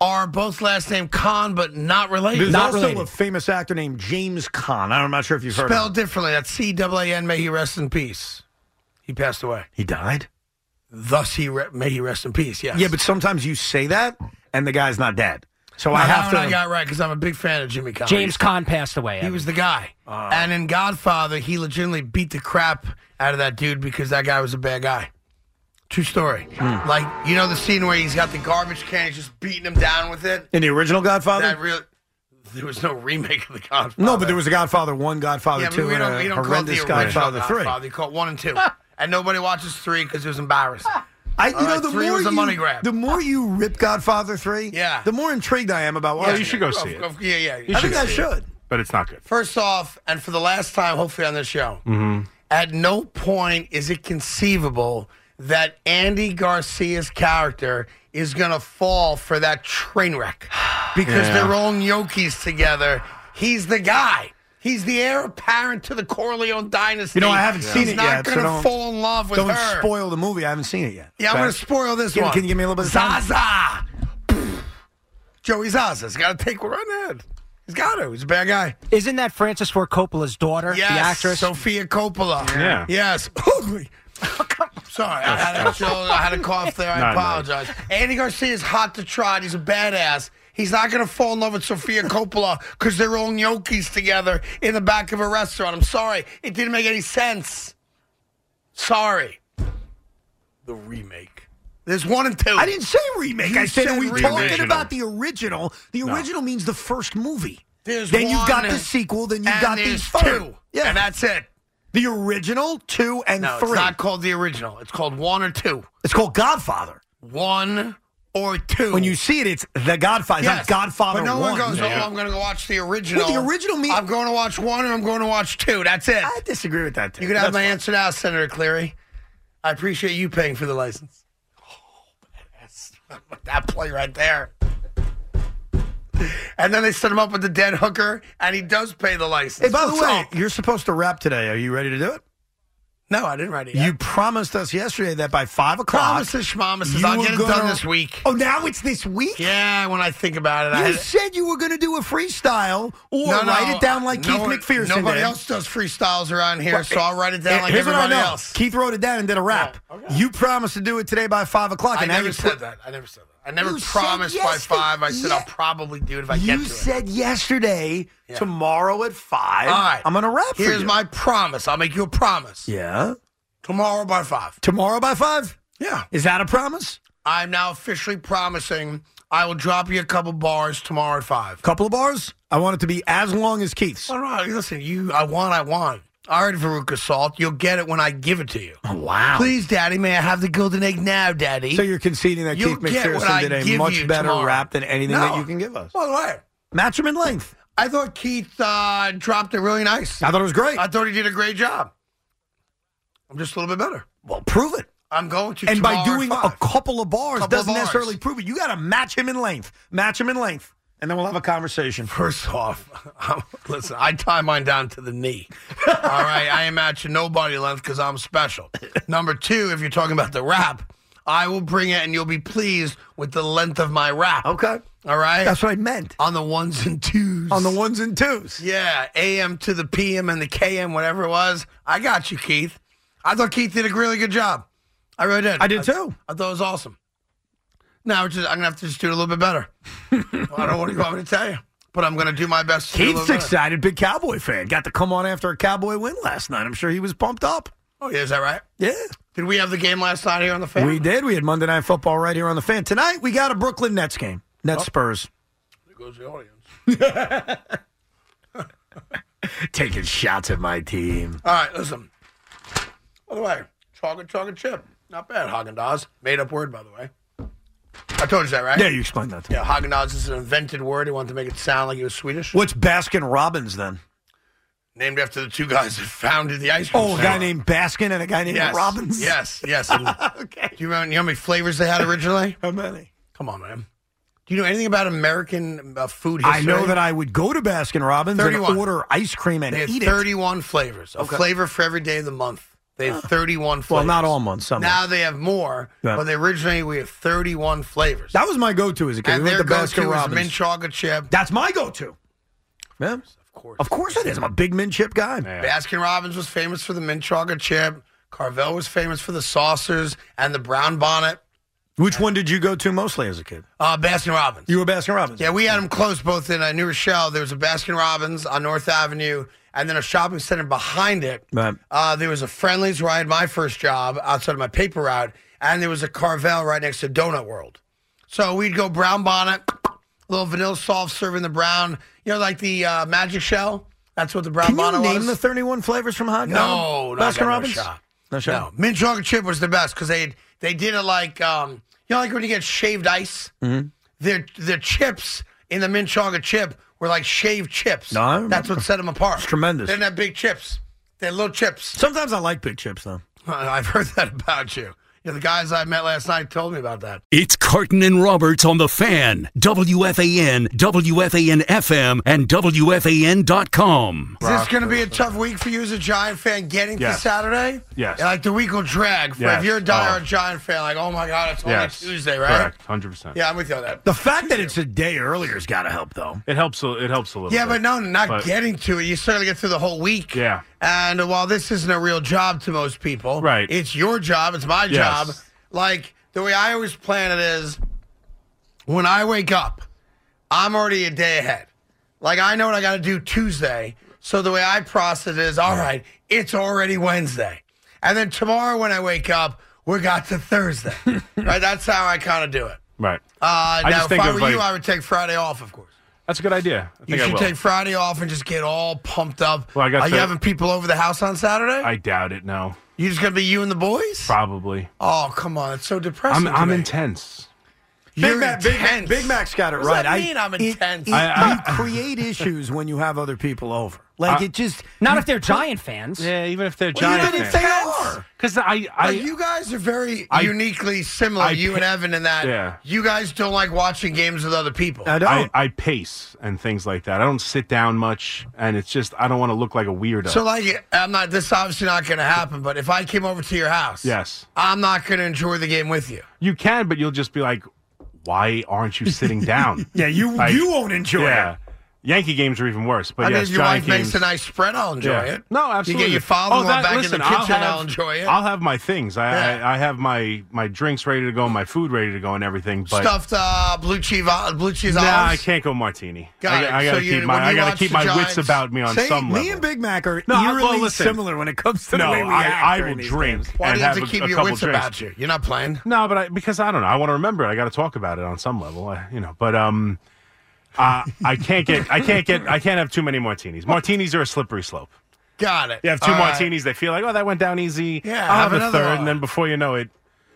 Speaker 1: are both last name Khan, but not related.
Speaker 3: There's
Speaker 4: Not
Speaker 3: also
Speaker 4: related.
Speaker 3: a famous actor named James Khan. I'm not sure if you've heard of him.
Speaker 1: spelled differently. That's C double A N. May he rest in peace. He passed away.
Speaker 3: He died?
Speaker 1: Thus, he re- may he rest in peace. Yes.
Speaker 3: Yeah, but sometimes you say that and the guy's not dead. So
Speaker 1: Now,
Speaker 3: I
Speaker 1: that
Speaker 3: have
Speaker 1: one
Speaker 3: to.
Speaker 1: I got right because I'm a big fan of Jimmy Conn.
Speaker 4: James Khan passed away.
Speaker 1: He was the guy.
Speaker 3: Ah.
Speaker 1: and in Godfather, he legitimately beat the crap out of that dude because that guy was a bad guy. True story.
Speaker 3: Hmm.
Speaker 1: Like you know the scene where he's got the garbage can, he's just beating him down with it.
Speaker 3: in the original Godfather?
Speaker 1: That really. There was no remake of the Godfather.
Speaker 3: no, but there was a Godfather 1, Godfather
Speaker 1: Yeah, but
Speaker 3: 2,
Speaker 1: we
Speaker 3: and
Speaker 1: don't,
Speaker 3: a
Speaker 1: we don't call it the
Speaker 3: horrendous
Speaker 1: original
Speaker 3: Godfather
Speaker 1: Godfather,
Speaker 3: 3.
Speaker 1: You call it one
Speaker 3: (laughs)
Speaker 1: and two, and nobody watches three because it was embarrassing.
Speaker 3: I, you
Speaker 1: All
Speaker 3: know,
Speaker 1: right,
Speaker 3: the
Speaker 1: Uh, three
Speaker 3: more
Speaker 1: was a
Speaker 3: you,
Speaker 1: money grab.
Speaker 3: the more you rip Godfather 3,
Speaker 1: Yeah. Oh,
Speaker 3: the more intrigued I am about why
Speaker 2: you should go
Speaker 1: Of-
Speaker 2: see it.
Speaker 1: of- yeah, yeah.
Speaker 3: I think I should.
Speaker 2: but it's not good.
Speaker 1: First off, and for the last time, hopefully on this show,
Speaker 3: Mm-hmm.
Speaker 1: at no point is it conceivable that Andy Garcia's character is going to fall for that train
Speaker 3: (sighs)
Speaker 1: wreck because
Speaker 2: Yeah.
Speaker 1: they're all gnocchis together. He's the guy. He's the heir apparent to the Corleone dynasty.
Speaker 3: You know, I haven't seen
Speaker 1: He's
Speaker 3: it
Speaker 1: not
Speaker 3: yet, so
Speaker 1: gonna
Speaker 3: don't-
Speaker 1: fall in love with
Speaker 3: Don't
Speaker 1: her.
Speaker 3: spoil the movie. I haven't seen it yet.
Speaker 1: Yeah, I'm going
Speaker 3: Okay?
Speaker 1: to spoil this
Speaker 3: Can-
Speaker 1: one.
Speaker 3: can you give me a little bit of time?
Speaker 1: Zaza. Joey Zaza's got to take one right ahead. He's got to. He's a bad guy.
Speaker 4: Isn't that Francis Ford Coppola's daughter,
Speaker 1: Yes,
Speaker 4: the actress?
Speaker 1: Sophia Coppola.
Speaker 2: Yeah.
Speaker 1: Yes. Ugly.
Speaker 3: Oh,
Speaker 1: Sorry, I had, a chill- I had a cough there. I
Speaker 2: No, no.
Speaker 1: apologize. Andy Garcia is hot to trot. He's a badass. He's not going to fall in love with Sophia Coppola because they're all gnocchis together in the back of a restaurant. I'm sorry. It didn't make any sense. Sorry. The remake. There's one and two.
Speaker 3: I didn't say remake.
Speaker 1: You
Speaker 3: I said,
Speaker 1: said
Speaker 3: are we
Speaker 1: original.
Speaker 3: talking about the original? The original means the first movie.
Speaker 1: There's
Speaker 3: then you've got
Speaker 1: one
Speaker 3: the sequel. Then you've
Speaker 1: and
Speaker 3: got the
Speaker 1: there's
Speaker 3: third.
Speaker 1: two.
Speaker 3: Yeah,
Speaker 1: And that's it.
Speaker 3: the original two and
Speaker 1: No,
Speaker 3: three.
Speaker 1: it's not called the original. It's called one or two.
Speaker 3: It's called Godfather.
Speaker 1: One or two.
Speaker 3: When you see it, it's the Godfather.
Speaker 1: Oh. Yes.
Speaker 3: It's not Godfather.
Speaker 1: But no
Speaker 3: one.
Speaker 1: one goes, oh, I'm going to go watch the original.
Speaker 3: Well, the original me-
Speaker 1: I'm going to watch one or I'm going to watch two. That's it.
Speaker 3: I disagree with that. Too.
Speaker 1: you can have
Speaker 3: That's
Speaker 1: my
Speaker 3: fine.
Speaker 1: answer now, Senator Cleary. I appreciate you paying for the license. Oh, badass. (laughs) that play right there. And then they set him up with the dead hooker, and he does pay the license.
Speaker 3: Hey, by the
Speaker 1: What's
Speaker 3: way,
Speaker 1: up?
Speaker 3: you're supposed to rap today. Are you ready to do it?
Speaker 1: no, I didn't write it. Yet.
Speaker 3: You promised us yesterday that by five o'clock.
Speaker 1: promises, schmomises.
Speaker 3: you
Speaker 1: I'll
Speaker 3: were
Speaker 1: get it
Speaker 3: gonna-
Speaker 1: done this week.
Speaker 3: Oh, now it's this week.
Speaker 1: Yeah, when I think about it, I
Speaker 3: You
Speaker 1: had,
Speaker 3: said you were going to do a freestyle or write it down like
Speaker 1: no,
Speaker 3: Keith McPherson
Speaker 1: Nobody
Speaker 3: did.
Speaker 1: else does freestyles around here,
Speaker 3: Well,
Speaker 1: so I'll write it down like
Speaker 3: Here's what I
Speaker 1: everybody
Speaker 3: know.
Speaker 1: else. Oh,
Speaker 3: Keith wrote it down and did a rap. You promised to do it today by five o'clock,
Speaker 1: I
Speaker 3: and now
Speaker 1: never
Speaker 3: you
Speaker 1: said
Speaker 3: put-
Speaker 1: that. I never said that. I never
Speaker 3: You said
Speaker 1: promised by
Speaker 3: yes to-
Speaker 1: five. I said
Speaker 3: yeah.
Speaker 1: I'll probably do it if I get
Speaker 3: You
Speaker 1: to it.
Speaker 3: said yesterday, tomorrow at five.
Speaker 1: All right.
Speaker 3: I'm going to rap. for
Speaker 1: Here's
Speaker 3: you.
Speaker 1: my promise. I'll make you a promise.
Speaker 3: yeah.
Speaker 1: Tomorrow by five.
Speaker 3: Tomorrow by five.
Speaker 1: Yeah.
Speaker 3: Is that a promise?
Speaker 1: I'm now officially promising I will drop you a couple bars tomorrow at five.
Speaker 3: Couple of bars. I want it to be as long as Keith's.
Speaker 1: All right, listen, you. I want. I want. All right, Veruca Salt. You'll get it when I give it to you.
Speaker 3: Wow.
Speaker 1: Please, Daddy, may I have the golden egg now, Daddy?
Speaker 3: So you're conceding that
Speaker 1: You'll
Speaker 3: Keith
Speaker 1: get what I
Speaker 3: McPherson did a
Speaker 1: give
Speaker 3: much
Speaker 1: you
Speaker 3: better
Speaker 1: tomorrow.
Speaker 3: rap than anything that
Speaker 1: No.
Speaker 3: you can give us.
Speaker 1: Well, right.
Speaker 3: Match him in length.
Speaker 1: I thought Keith uh, dropped it really nice.
Speaker 3: I thought it was great.
Speaker 1: I thought he did a great job. I'm just a little bit better.
Speaker 3: well, prove it.
Speaker 1: I'm going to.
Speaker 3: And by
Speaker 1: tomorrow at
Speaker 3: doing
Speaker 1: five.
Speaker 3: a
Speaker 1: (laughs)
Speaker 3: couple of bars
Speaker 1: Couple of
Speaker 3: doesn't
Speaker 1: bars.
Speaker 3: necessarily prove it. You got to match him in length. Match him in length, and then we'll
Speaker 1: (laughs)
Speaker 3: have a conversation.
Speaker 1: First off, I'm, listen, I tie mine down to the knee. (laughs) All right, I ain't matching nobody length because I'm special. Number two, if you're talking about the rap, I will bring it and you'll be pleased with the length of my rap.
Speaker 3: Okay.
Speaker 1: All right?
Speaker 3: That's what I meant.
Speaker 1: on the ones and twos.
Speaker 3: On the ones and twos.
Speaker 1: Yeah, AM to the PM and the KM, whatever it was. I got you, Keith. I thought Keith did a really good job. I really did.
Speaker 3: I did too.
Speaker 1: I thought it was awesome. Now it's just, I'm gonna have to just do it a little bit better.
Speaker 3: (laughs)
Speaker 1: I don't know what you want me to tell you, but I'm gonna do my best. To do a
Speaker 3: Keith's
Speaker 1: little better.
Speaker 3: excited, big Cowboy fan. Got to come on after a Cowboy win last night. I'm sure he was pumped up.
Speaker 1: Oh, yeah, is that right?
Speaker 3: Yeah.
Speaker 1: Did we have the game last night here on the fan?
Speaker 3: We did. We had Monday Night Football right here on the fan. Tonight, we got a Brooklyn Nets game.
Speaker 1: Oh.
Speaker 3: Nets Spurs.
Speaker 1: There goes the audience.
Speaker 3: Taking shots at my team.
Speaker 1: All right, listen. By the way, chocolate chocolate chip, not bad. Haagen Dazs, made up word by the way. I told you that, right?
Speaker 3: Yeah, you explained that to me.
Speaker 1: Yeah, Haagen Dazs is an invented word. He wanted to make it sound like it was Swedish.
Speaker 3: What's Baskin Robbins then?
Speaker 1: named after the two guys that founded the ice cream.
Speaker 3: Oh, a guy
Speaker 1: stand.
Speaker 3: named Baskin and a guy named
Speaker 1: yes.
Speaker 3: Robbins.
Speaker 1: Yes, yes. And do
Speaker 3: (laughs) Okay.
Speaker 1: you remember you know how many flavors they had originally?
Speaker 3: How many?
Speaker 1: Come on, man. Do you know anything about American uh, food
Speaker 3: I
Speaker 1: history?
Speaker 3: know that I would go to Baskin Robbins
Speaker 1: 31.
Speaker 3: and order ice cream and
Speaker 1: they had
Speaker 3: eat it.
Speaker 1: 31 flavors, a flavor for every day of the month. They had 31
Speaker 3: Well,
Speaker 1: flavors.
Speaker 3: not all months. Some months.
Speaker 1: Now they have more,
Speaker 3: Yeah.
Speaker 1: but they originally we had 31 flavors.
Speaker 3: that was my go-to as a kid.
Speaker 1: and
Speaker 3: we
Speaker 1: their
Speaker 3: went to
Speaker 1: go-to
Speaker 3: Baskin
Speaker 1: was
Speaker 3: Robbins.
Speaker 1: mint chocolate chip.
Speaker 3: That's my go-to. Yeah.
Speaker 1: Of course.
Speaker 3: Of course it is. I'm a big mint chip guy.
Speaker 1: Baskin Robbins was famous for the mint chocolate chip. Carvel was famous for the saucers and the brown bonnet.
Speaker 3: Which one did you go to mostly as a kid?
Speaker 1: Uh, Baskin Robbins.
Speaker 3: You were Baskin Robbins.
Speaker 1: Yeah, we had them close both in uh, New Rochelle. There was a Baskin Robbins on North Avenue, and then a shopping center behind it.
Speaker 3: Right.
Speaker 1: Uh, there was a Friendlies where I had my first job outside of my paper route, and there was a Carvel right next to Donut World. So we'd go brown bonnet, little vanilla soft serving the brown, you know, like the uh, magic shell. That's what the brown
Speaker 3: Can you
Speaker 1: bonnet
Speaker 3: name
Speaker 1: was.
Speaker 3: the 31 flavors from Hot
Speaker 1: no, no, I got
Speaker 3: Baskin
Speaker 1: no
Speaker 3: Robbins.
Speaker 1: shot.
Speaker 3: No
Speaker 1: No,
Speaker 3: shot.
Speaker 1: mint chocolate chip was the best because they they did it like um, you know like when you get shaved ice, their their chips in the mint chocolate chip were like shaved chips.
Speaker 3: No, I remember.
Speaker 1: that's what set them apart. It's
Speaker 3: tremendous.
Speaker 1: They didn't have big chips. They're little chips. (laughs)
Speaker 3: Sometimes I like big chips though.
Speaker 1: I've heard that about you. You know, the guys I met last night told me about that.
Speaker 5: It's Carton and Roberts on the fan, WFAN, WFAN FM, and WFAN.com.
Speaker 1: Is this going to be a tough week for you as a Giant fan getting
Speaker 2: Yes.
Speaker 1: to Saturday?
Speaker 2: Yes.
Speaker 1: Yeah, Like the week will drag. For
Speaker 2: Yes.
Speaker 1: If you're a diehard
Speaker 2: Oh.
Speaker 1: Giant fan, like, oh my God, it's only
Speaker 2: Yes.
Speaker 1: Tuesday, right?
Speaker 2: Correct. Hundred percent.
Speaker 1: Yeah, I'm with you on that.
Speaker 3: The fact that it's a day earlier's got to help though.
Speaker 2: It helps. A, it helps a little.
Speaker 1: Yeah,
Speaker 2: bit.
Speaker 1: but no, not
Speaker 2: But-
Speaker 1: getting to it. You certainly get through the whole week.
Speaker 2: Yeah.
Speaker 1: And while this isn't a real job to most people,
Speaker 2: Right.
Speaker 1: It's your job. It's my
Speaker 2: Yes.
Speaker 1: job. Like the way I always plan it is, when I wake up, I'm already a day ahead. Like I know what I got to do Tuesday. So the way I process it is, all right, it's already Wednesday, and then tomorrow when I wake up, we're got to
Speaker 2: (laughs)
Speaker 1: Thursday. right. That's how I kind of do it.
Speaker 2: Right.
Speaker 1: Uh, now,
Speaker 2: I just
Speaker 1: if
Speaker 2: think
Speaker 1: I
Speaker 2: of,
Speaker 1: were you,
Speaker 2: like-
Speaker 1: I would take Friday off, of course.
Speaker 2: That's a good idea. I think
Speaker 1: You
Speaker 2: I
Speaker 1: should
Speaker 2: will.
Speaker 1: take Friday off and just get all pumped up.
Speaker 2: Well, I got
Speaker 1: Are you
Speaker 2: the-
Speaker 1: having people over the house on Saturday?
Speaker 2: I doubt it. No,
Speaker 1: you just gonna be you and the boys?
Speaker 2: probably.
Speaker 1: oh come on, it's so depressing.
Speaker 2: I'm
Speaker 1: to
Speaker 2: I'm
Speaker 1: me.
Speaker 2: intense.
Speaker 1: You're
Speaker 3: Big, Mac, Big, Mac,
Speaker 1: intense.
Speaker 3: Big Mac's got it
Speaker 1: What does
Speaker 3: right.
Speaker 1: that mean, I'm
Speaker 3: it-
Speaker 1: intense?
Speaker 3: it-
Speaker 2: I-
Speaker 3: you (laughs) create issues when you have other people over. Like it just
Speaker 4: Not
Speaker 3: you
Speaker 4: if they're Giant fans.
Speaker 2: Yeah, even if they're
Speaker 3: put-
Speaker 2: giant
Speaker 3: even if they are.
Speaker 2: Because I I
Speaker 1: Like, you guys are very
Speaker 2: I-
Speaker 1: uniquely similar,
Speaker 2: I
Speaker 1: you
Speaker 2: pi-
Speaker 1: and Evan, in that
Speaker 2: Yeah.
Speaker 1: you guys don't like watching games with other people.
Speaker 3: I don't.
Speaker 2: I, I pace and things like that. I don't sit down much, and it's just I don't want to look like a weirdo.
Speaker 1: so like, I'm not. This is obviously not going to happen. But if I came over to your house,
Speaker 2: yes,
Speaker 1: I'm not going to enjoy the game with you.
Speaker 2: you can, but you'll just be like, "Why aren't you sitting down?"
Speaker 1: (laughs)
Speaker 3: yeah, you
Speaker 2: Like,
Speaker 3: you won't enjoy
Speaker 2: yeah.
Speaker 3: it.
Speaker 2: Yankee games are even worse. But
Speaker 1: I mean,
Speaker 2: yes,
Speaker 1: if your
Speaker 2: Giant
Speaker 1: wife
Speaker 2: games,
Speaker 1: makes a nice spread, I'll enjoy
Speaker 2: Yeah.
Speaker 1: it.
Speaker 2: No, absolutely.
Speaker 1: You
Speaker 2: Oh,
Speaker 1: get your father-in-law
Speaker 2: that-
Speaker 1: back
Speaker 2: listen,
Speaker 1: in the kitchen,
Speaker 2: I'll, have,
Speaker 1: I'll enjoy it.
Speaker 2: I'll have my things. I,
Speaker 1: Yeah.
Speaker 2: I, I have my my drinks ready to go, my food ready to go, and everything. But
Speaker 1: Stuffed uh, blue cheese, uh, blue cheese
Speaker 2: nah, I
Speaker 1: olives.
Speaker 2: can't go martini.
Speaker 1: Got
Speaker 2: I,
Speaker 1: it.
Speaker 2: I gotta
Speaker 1: So you-
Speaker 2: keep my
Speaker 1: when you
Speaker 2: I gotta
Speaker 1: watch
Speaker 2: keep
Speaker 1: the
Speaker 2: my
Speaker 1: Giants-
Speaker 2: wits about me on
Speaker 3: Say,
Speaker 2: some
Speaker 3: me
Speaker 2: level.
Speaker 3: and Big Mac are
Speaker 2: No, I-
Speaker 3: eerily
Speaker 2: well, listen.
Speaker 3: similar when it comes to
Speaker 2: no,
Speaker 3: the way we
Speaker 2: I,
Speaker 3: act.
Speaker 2: I
Speaker 3: during
Speaker 2: will
Speaker 3: these
Speaker 2: drink
Speaker 3: games.
Speaker 1: Why
Speaker 2: and
Speaker 1: do you have to
Speaker 2: have a-
Speaker 1: keep
Speaker 2: a
Speaker 1: your
Speaker 2: couple
Speaker 1: wits
Speaker 2: drinks.
Speaker 1: about you? You're not playing.
Speaker 2: No, but I, because I don't know, I want to remember it. I got to talk about it on some level, uh, you know. But um, uh, I can't get, I can't get, I can't have too many martinis. Martinis are a slippery slope.
Speaker 1: Got it.
Speaker 2: You have two
Speaker 1: All right.
Speaker 2: martinis, they feel like, oh, that went down easy.
Speaker 1: Yeah,
Speaker 2: I'll
Speaker 1: have
Speaker 2: have, a
Speaker 1: another
Speaker 2: third,
Speaker 1: one.
Speaker 2: and then before you know it,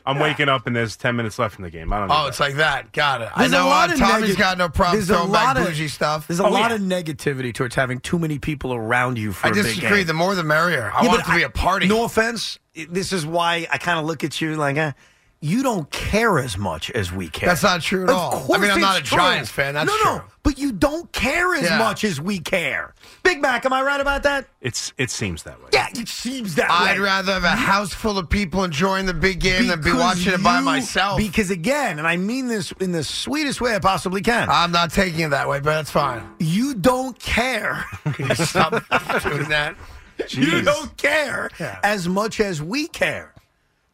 Speaker 2: I'm waking up and there's ten minutes left in the game. I don't.
Speaker 1: Oh,
Speaker 2: know.
Speaker 1: it's like that. Got it.
Speaker 3: There's
Speaker 1: I know
Speaker 3: a lot
Speaker 1: uh,
Speaker 3: of
Speaker 1: Tommy's
Speaker 3: nega-
Speaker 1: got no problem
Speaker 3: there's a
Speaker 1: throwing back
Speaker 3: lot of-
Speaker 1: bougie stuff.
Speaker 3: There's a
Speaker 2: Oh,
Speaker 3: lot
Speaker 2: yeah.
Speaker 3: of negativity towards having too many people around you for
Speaker 1: I
Speaker 3: a big
Speaker 1: disagree.
Speaker 3: game.
Speaker 1: The more the merrier. I
Speaker 3: Yeah,
Speaker 1: want it
Speaker 3: but
Speaker 1: to be a party.
Speaker 3: No offense. It- This is why I kind of look at you like, eh, you don't care as much as we care.
Speaker 1: That's not true at
Speaker 3: Of
Speaker 1: all. I
Speaker 3: course
Speaker 1: mean, I'm not
Speaker 3: it's
Speaker 1: a
Speaker 3: true.
Speaker 1: Giants fan, that's
Speaker 3: no, no,
Speaker 1: true.
Speaker 3: but you don't care as
Speaker 1: Yeah.
Speaker 3: much as we care. Big Mac, am I right about that?
Speaker 2: it's it seems that way.
Speaker 3: Yeah, it seems that
Speaker 1: I'd
Speaker 3: way.
Speaker 1: rather have a house full of people enjoying the big game than be
Speaker 3: Because
Speaker 1: watching it by
Speaker 3: you-
Speaker 1: myself.
Speaker 3: Because again, and I mean this in the sweetest way I possibly can,
Speaker 1: I'm not taking it that way, but that's
Speaker 3: (laughs)
Speaker 1: fine.
Speaker 3: you
Speaker 1: (laughs)
Speaker 3: don't care.
Speaker 1: Can you stop doing that?
Speaker 3: You
Speaker 2: Jeez.
Speaker 3: don't care
Speaker 1: Yeah.
Speaker 3: as much as we care.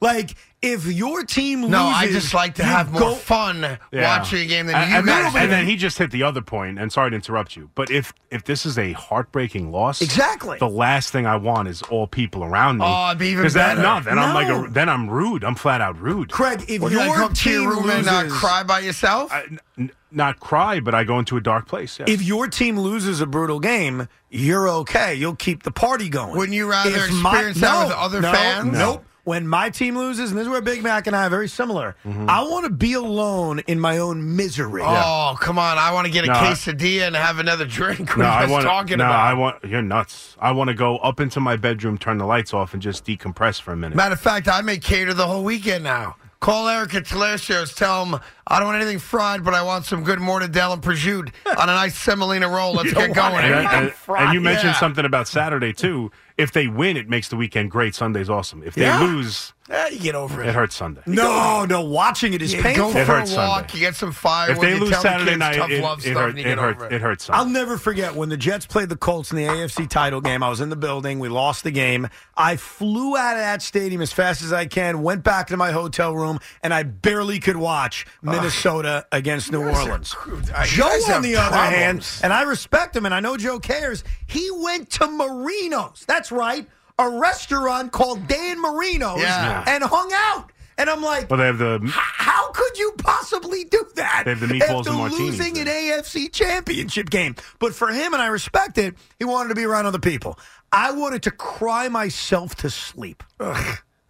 Speaker 3: Like if your team loses,
Speaker 1: No, I just like to
Speaker 3: you
Speaker 1: have more
Speaker 3: go-
Speaker 1: fun
Speaker 2: Yeah.
Speaker 1: watching a game than
Speaker 2: and,
Speaker 1: you
Speaker 2: and,
Speaker 1: guys.
Speaker 2: then, and
Speaker 1: do.
Speaker 2: then he just hit the other point, and sorry to interrupt you, but if if this is a heartbreaking loss,
Speaker 3: Exactly.
Speaker 2: the last thing I want is all people around me.
Speaker 1: Oh, it'd be even
Speaker 2: 'Cause that,
Speaker 1: better.
Speaker 2: no, then I'm like,
Speaker 3: No.
Speaker 2: a, then I'm rude. I'm flat out rude.
Speaker 3: Craig, if
Speaker 1: Well, you gotta
Speaker 3: your
Speaker 1: go up to
Speaker 3: team
Speaker 1: your room
Speaker 3: loses,
Speaker 1: and uh, cry by yourself.
Speaker 2: I- n- not cry, but I go into a dark place. yes.
Speaker 3: if your team loses a brutal game, you're okay. You'll keep the party going.
Speaker 1: Wouldn't you rather
Speaker 3: If
Speaker 1: experience that with other
Speaker 3: no,
Speaker 1: fans? No.
Speaker 3: Nope. When my team loses, and this is where Big Mac and I are very similar, I want to be alone in my own misery.
Speaker 1: Mm-hmm. Oh, come on. I want to get a
Speaker 2: No, I-
Speaker 1: quesadilla and have another drink. (laughs) What
Speaker 2: no,
Speaker 1: are you
Speaker 2: I
Speaker 1: guys
Speaker 2: want.
Speaker 1: talking
Speaker 2: no,
Speaker 1: about?
Speaker 2: I want. You're nuts. I want to go up into my bedroom, turn the lights off, and just decompress for a minute.
Speaker 1: Matter of fact, I may cater the whole weekend now. Call Eric at Talercio's. Tell him I don't want anything fried, but I want some good mortadella and prosciutto on a nice semolina roll.
Speaker 2: (laughs)
Speaker 1: Let's get going.
Speaker 2: And, and-
Speaker 1: (laughs)
Speaker 2: and you mentioned
Speaker 1: Yeah.
Speaker 2: something about Saturday too. If they win, it makes the weekend great. Sunday's awesome. If they
Speaker 1: Yeah.
Speaker 2: lose,
Speaker 1: Eh, you get over it.
Speaker 2: it hurts Sunday.
Speaker 3: No, no, watching it is
Speaker 1: You (laughs) go
Speaker 3: painful.
Speaker 1: for
Speaker 2: It
Speaker 1: a walk.
Speaker 2: hurts Sunday.
Speaker 1: You get some firewood.
Speaker 2: If they
Speaker 1: you
Speaker 2: lose
Speaker 1: tell the
Speaker 2: Saturday
Speaker 1: kids
Speaker 2: night,
Speaker 1: tough
Speaker 2: it,
Speaker 1: love
Speaker 2: it,
Speaker 1: stuff,
Speaker 2: hurt,
Speaker 1: and you
Speaker 2: it,
Speaker 1: get
Speaker 2: hurts.
Speaker 1: over
Speaker 2: It.
Speaker 1: it.
Speaker 2: hurts Sunday.
Speaker 3: I'll never forget when the Jets played the Colts in the AFC title game. I was in the building. We lost the game. I flew out of that stadium as fast as I can, went back to my hotel room, and I barely could watch Minnesota against New Orleans.
Speaker 1: uh, you
Speaker 3: Joe,
Speaker 1: guys have
Speaker 3: on the other hand,
Speaker 1: problems.
Speaker 3: and I respect him and I know Joe cares, he went to Marino's. That's right, a restaurant called Dan Marino's
Speaker 1: Yeah.
Speaker 3: and hung out. And I'm like,
Speaker 2: well, they have the
Speaker 3: how could you possibly do that?
Speaker 2: They have the meatballs
Speaker 3: after
Speaker 2: and martinis
Speaker 3: losing an
Speaker 2: then.
Speaker 3: AFC championship game. But for him, and I respect it, he wanted to be around other people. I wanted to cry myself to sleep.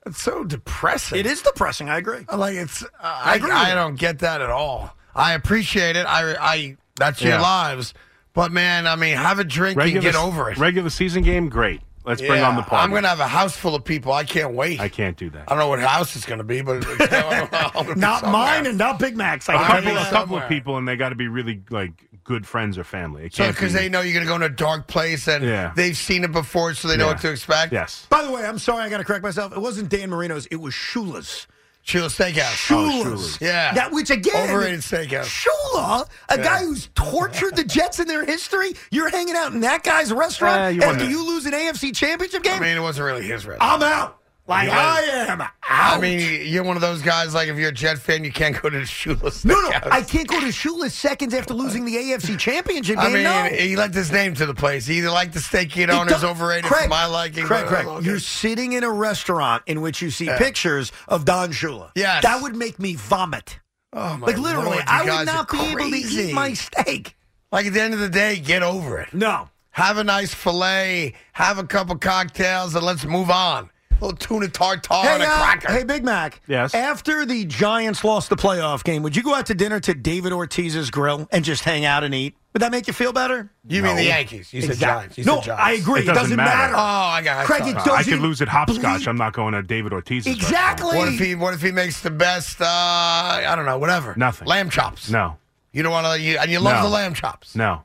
Speaker 1: It's so depressing.
Speaker 3: It is depressing, I agree.
Speaker 1: Like it's. Uh, I,
Speaker 3: agree with
Speaker 1: I,
Speaker 3: you.
Speaker 1: don't get that at all. I appreciate it. I. I. That's your
Speaker 2: Yeah.
Speaker 1: lives. But man, I mean, have a drink
Speaker 2: regular
Speaker 1: and get over it.
Speaker 2: Regular season game, great. Let's bring
Speaker 1: Yeah,
Speaker 2: on the party.
Speaker 1: I'm gonna have a house full of people. I can't wait.
Speaker 2: I can't do that.
Speaker 1: I don't know what house it's going to be, but (laughs) it's going to
Speaker 3: Not mine and not Big Mac's. I
Speaker 1: I
Speaker 2: a
Speaker 3: can tell
Speaker 1: mean,
Speaker 2: couple,
Speaker 3: you
Speaker 2: a
Speaker 3: that.
Speaker 2: couple
Speaker 1: somewhere.
Speaker 2: of people, and they got to be really like good friends or family. It
Speaker 1: So
Speaker 2: can't
Speaker 1: because
Speaker 2: be-
Speaker 1: they know you're going to go in a dark place and
Speaker 2: Yeah.
Speaker 1: they've seen it before, so they know
Speaker 2: Yeah.
Speaker 1: what to expect.
Speaker 2: Yes.
Speaker 3: By the way, I'm sorry, I got to correct myself. It wasn't Dan Marino's, it was Shula's.
Speaker 1: Chula Steakhouse.
Speaker 3: Shula's.
Speaker 2: Shula's.
Speaker 1: Oh, Yeah.
Speaker 3: That which again
Speaker 1: Overrated steakhouse.
Speaker 3: Shula, a guy who's tortured the Jets in their history. You're hanging out in that guy's restaurant
Speaker 2: Eh, you
Speaker 3: after
Speaker 2: wouldn't-
Speaker 3: you lose an AFC championship game.
Speaker 1: I mean, it wasn't really his restaurant.
Speaker 3: I'm out. Like
Speaker 1: Yeah.
Speaker 3: I am out.
Speaker 1: I mean, you're one of those guys. Like, if you're a Jet fan, you can't go to Shula Steakhouse.
Speaker 3: no, no, I can't go to Shula's seconds after losing the AFC Championship game.
Speaker 1: I mean,
Speaker 3: no.
Speaker 1: he left his name to the place. He either liked the steak you
Speaker 3: It
Speaker 1: know, and it's
Speaker 3: does-
Speaker 1: overrated for
Speaker 3: Craig,
Speaker 1: my liking.
Speaker 3: Craig,
Speaker 1: but-
Speaker 3: Craig,
Speaker 1: okay.
Speaker 3: you're sitting in a restaurant in which you see pictures of Don Shula.
Speaker 1: Yes.
Speaker 3: that would make me vomit.
Speaker 1: oh my
Speaker 3: Like literally,
Speaker 1: Lord, you
Speaker 3: I
Speaker 1: guys
Speaker 3: would not
Speaker 1: are
Speaker 3: be able to
Speaker 1: crazy.
Speaker 3: eat my steak.
Speaker 1: Like at the end of the day, get over it.
Speaker 3: No,
Speaker 1: have a nice filet, have a couple cocktails, and let's move on. A little tuna tartare and a
Speaker 3: uh,
Speaker 1: cracker.
Speaker 3: hey, Big Mac.
Speaker 2: Yes.
Speaker 3: After the Giants lost the playoff game, would you go out to dinner to David Ortiz's grill and just hang out and eat? Would that make you feel better?
Speaker 1: you mean the Yankees? You said Giants. You
Speaker 3: no,
Speaker 1: said Giants.
Speaker 3: I agree. It doesn't, matter.
Speaker 1: Oh, I got it.
Speaker 3: Craig,
Speaker 1: Sorry.
Speaker 3: it
Speaker 2: I
Speaker 3: doesn't
Speaker 2: could lose at hopscotch.
Speaker 3: bleed-
Speaker 2: I'm not going to David Ortiz's. restaurant.
Speaker 3: Exactly.
Speaker 1: What if he? What if he makes the best? Uh, I don't know. Whatever.
Speaker 2: Nothing.
Speaker 1: Lamb chops.
Speaker 2: No,
Speaker 1: You don't want to. You and you love
Speaker 2: No.
Speaker 1: the lamb chops.
Speaker 2: no.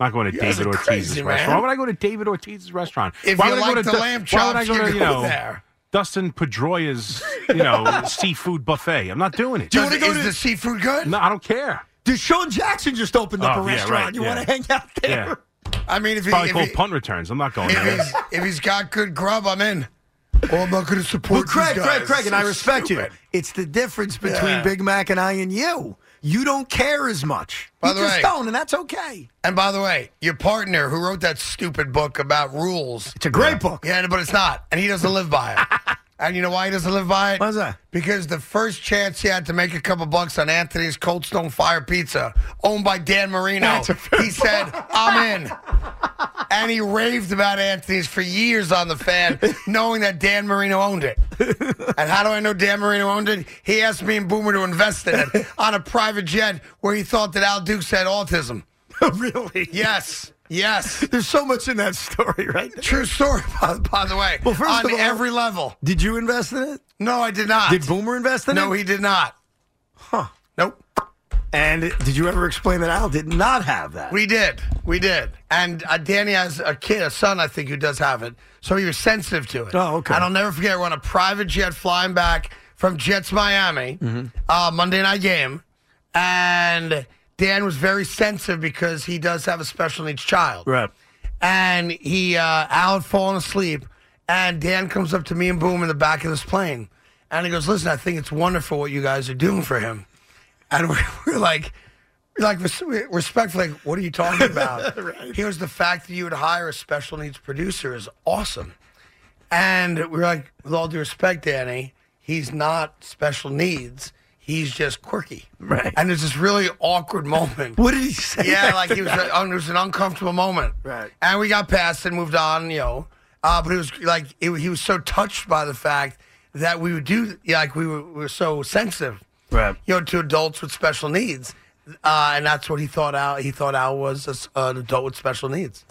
Speaker 2: I'm not going to
Speaker 1: guys
Speaker 2: David
Speaker 1: are
Speaker 2: Ortiz's
Speaker 1: crazy, man.
Speaker 2: restaurant. Why would I go to David Ortiz's restaurant?
Speaker 1: If
Speaker 2: why
Speaker 1: you
Speaker 2: would I
Speaker 1: like
Speaker 2: go to
Speaker 1: the
Speaker 2: Du-
Speaker 1: lamb
Speaker 2: why would I
Speaker 1: chops,
Speaker 2: go
Speaker 1: you
Speaker 2: to
Speaker 1: go
Speaker 2: you know
Speaker 1: there. (laughs)
Speaker 2: Dustin Pedroia's you know seafood buffet? I'm not doing it.
Speaker 1: Do you
Speaker 3: wanna
Speaker 1: want to Is
Speaker 3: go to-
Speaker 1: the seafood good?
Speaker 2: No, I don't care.
Speaker 3: Deshaun Jackson just opened up
Speaker 2: Oh,
Speaker 3: a
Speaker 2: yeah,
Speaker 3: restaurant.
Speaker 2: right,
Speaker 3: you
Speaker 2: yeah.
Speaker 3: want to hang out there?
Speaker 2: Yeah.
Speaker 1: I mean, if, he,
Speaker 2: Probably
Speaker 1: if,
Speaker 2: called
Speaker 1: he-
Speaker 2: punt returns. I'm not going
Speaker 1: if
Speaker 2: there.
Speaker 1: he's if he's got good grub, I'm in. Oh, I'm not going to support
Speaker 3: Well, Craig,
Speaker 1: these
Speaker 3: Craig,
Speaker 1: guys.
Speaker 3: Craig, and I
Speaker 1: So
Speaker 3: respect
Speaker 1: stupid.
Speaker 3: you. It's the difference between
Speaker 1: Yeah.
Speaker 3: Big Mac and I and you. You don't care as much.
Speaker 1: By
Speaker 3: you
Speaker 1: the
Speaker 3: just
Speaker 1: way-
Speaker 3: don't, and
Speaker 1: (laughs)
Speaker 3: that's okay.
Speaker 1: And by the way, your partner who wrote that stupid book about rules.
Speaker 3: It's a great book.
Speaker 1: Yeah, but it's not, and he doesn't live by
Speaker 3: (laughs)
Speaker 1: it. and you know why he doesn't live by it?
Speaker 3: Why's that?
Speaker 1: Because the first chance he had to make a couple bucks on Anthony's Cold Stone Fire Pizza, owned by Dan Marino, he said, "I'm in."
Speaker 3: (laughs)
Speaker 1: And he raved about Anthony's for years on the fan, knowing that Dan Marino owned it. And how do I know Dan Marino owned it? He asked me and Boomer to invest in it on a private jet where he thought that Al Dukes had autism.
Speaker 3: really?
Speaker 1: Yes, yes.
Speaker 3: There's so much in that story, right?
Speaker 1: True story, (laughs) by, by the way.
Speaker 3: Well, first
Speaker 1: on
Speaker 3: of all-
Speaker 1: every level.
Speaker 3: Did you invest in it?
Speaker 1: No, I did not.
Speaker 3: Did Boomer invest in it?
Speaker 1: No, he did not.
Speaker 3: Huh.
Speaker 1: Nope.
Speaker 3: And did you ever explain that Al did not have that?
Speaker 1: We did. We did. And uh, Danny has a kid, a son, I think, who does have it. So he was sensitive to it.
Speaker 3: Oh, okay.
Speaker 1: And I'll never forget, we're on a private jet flying back from Jets Miami,
Speaker 3: Mm-hmm.
Speaker 1: uh, Monday night game. And Dan was very sensitive because he does have a special needs child.
Speaker 3: Right.
Speaker 1: and he uh, Al had fallen asleep, and Dan comes up to me and Boom in the back of this plane, and he goes, "Listen, I think it's wonderful what you guys are doing for him," and (laughs) we're, we're like. we're Like res- respectfully, like, what are you talking about? Here's the fact that you would hire a special needs producer is awesome, and we we're like, with all due respect, Danny, he's not special needs. He's just quirky,
Speaker 3: Right.
Speaker 1: And there's this really awkward moment
Speaker 3: What did he say? (laughs)
Speaker 1: yeah, like he was, uh, it was an uncomfortable moment.
Speaker 3: Right.
Speaker 1: And we got past and moved on, you know. Uh, but it was like it, he was so touched by the fact that we would do, yeah, like we were, we were so sensitive,
Speaker 3: Right.
Speaker 1: you know, to adults with special needs. Uh, and that's what he thought out. He thought Al was a s an adult with special
Speaker 3: (laughs)
Speaker 1: needs.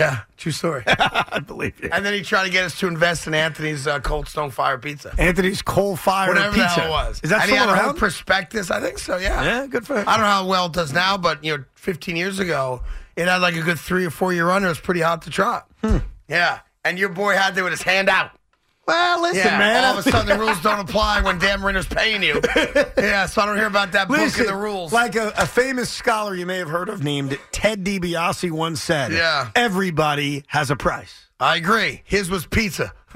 Speaker 1: yeah, true story.
Speaker 3: I believe you.
Speaker 1: and then he tried to get us to invest in Anthony's uh, Cold Stone Fire Pizza,
Speaker 3: Anthony's coal fire
Speaker 1: whatever
Speaker 3: pizza.
Speaker 1: the hell it was.
Speaker 3: Is that
Speaker 1: and he had
Speaker 3: still
Speaker 1: a whole
Speaker 3: around?
Speaker 1: prospectus? I think so.
Speaker 3: yeah, good for him.
Speaker 1: I don't know how well it does now, but you know, 15 years ago, it had like a good three or four year run. It was pretty hot to trot.
Speaker 3: Hmm.
Speaker 1: Yeah, and your boy had there with his hand out.
Speaker 3: well, listen,
Speaker 1: Yeah,
Speaker 3: man.
Speaker 1: all of a sudden the rules don't apply when Dan Renner's paying you. Yeah, so I don't hear about that book
Speaker 3: (laughs) Listen,
Speaker 1: and the rules.
Speaker 3: Like a, a famous scholar you may have heard of named Ted DiBiase once said,
Speaker 1: Yeah.
Speaker 3: everybody has a price.
Speaker 1: I agree. His was pizza.
Speaker 3: (laughs)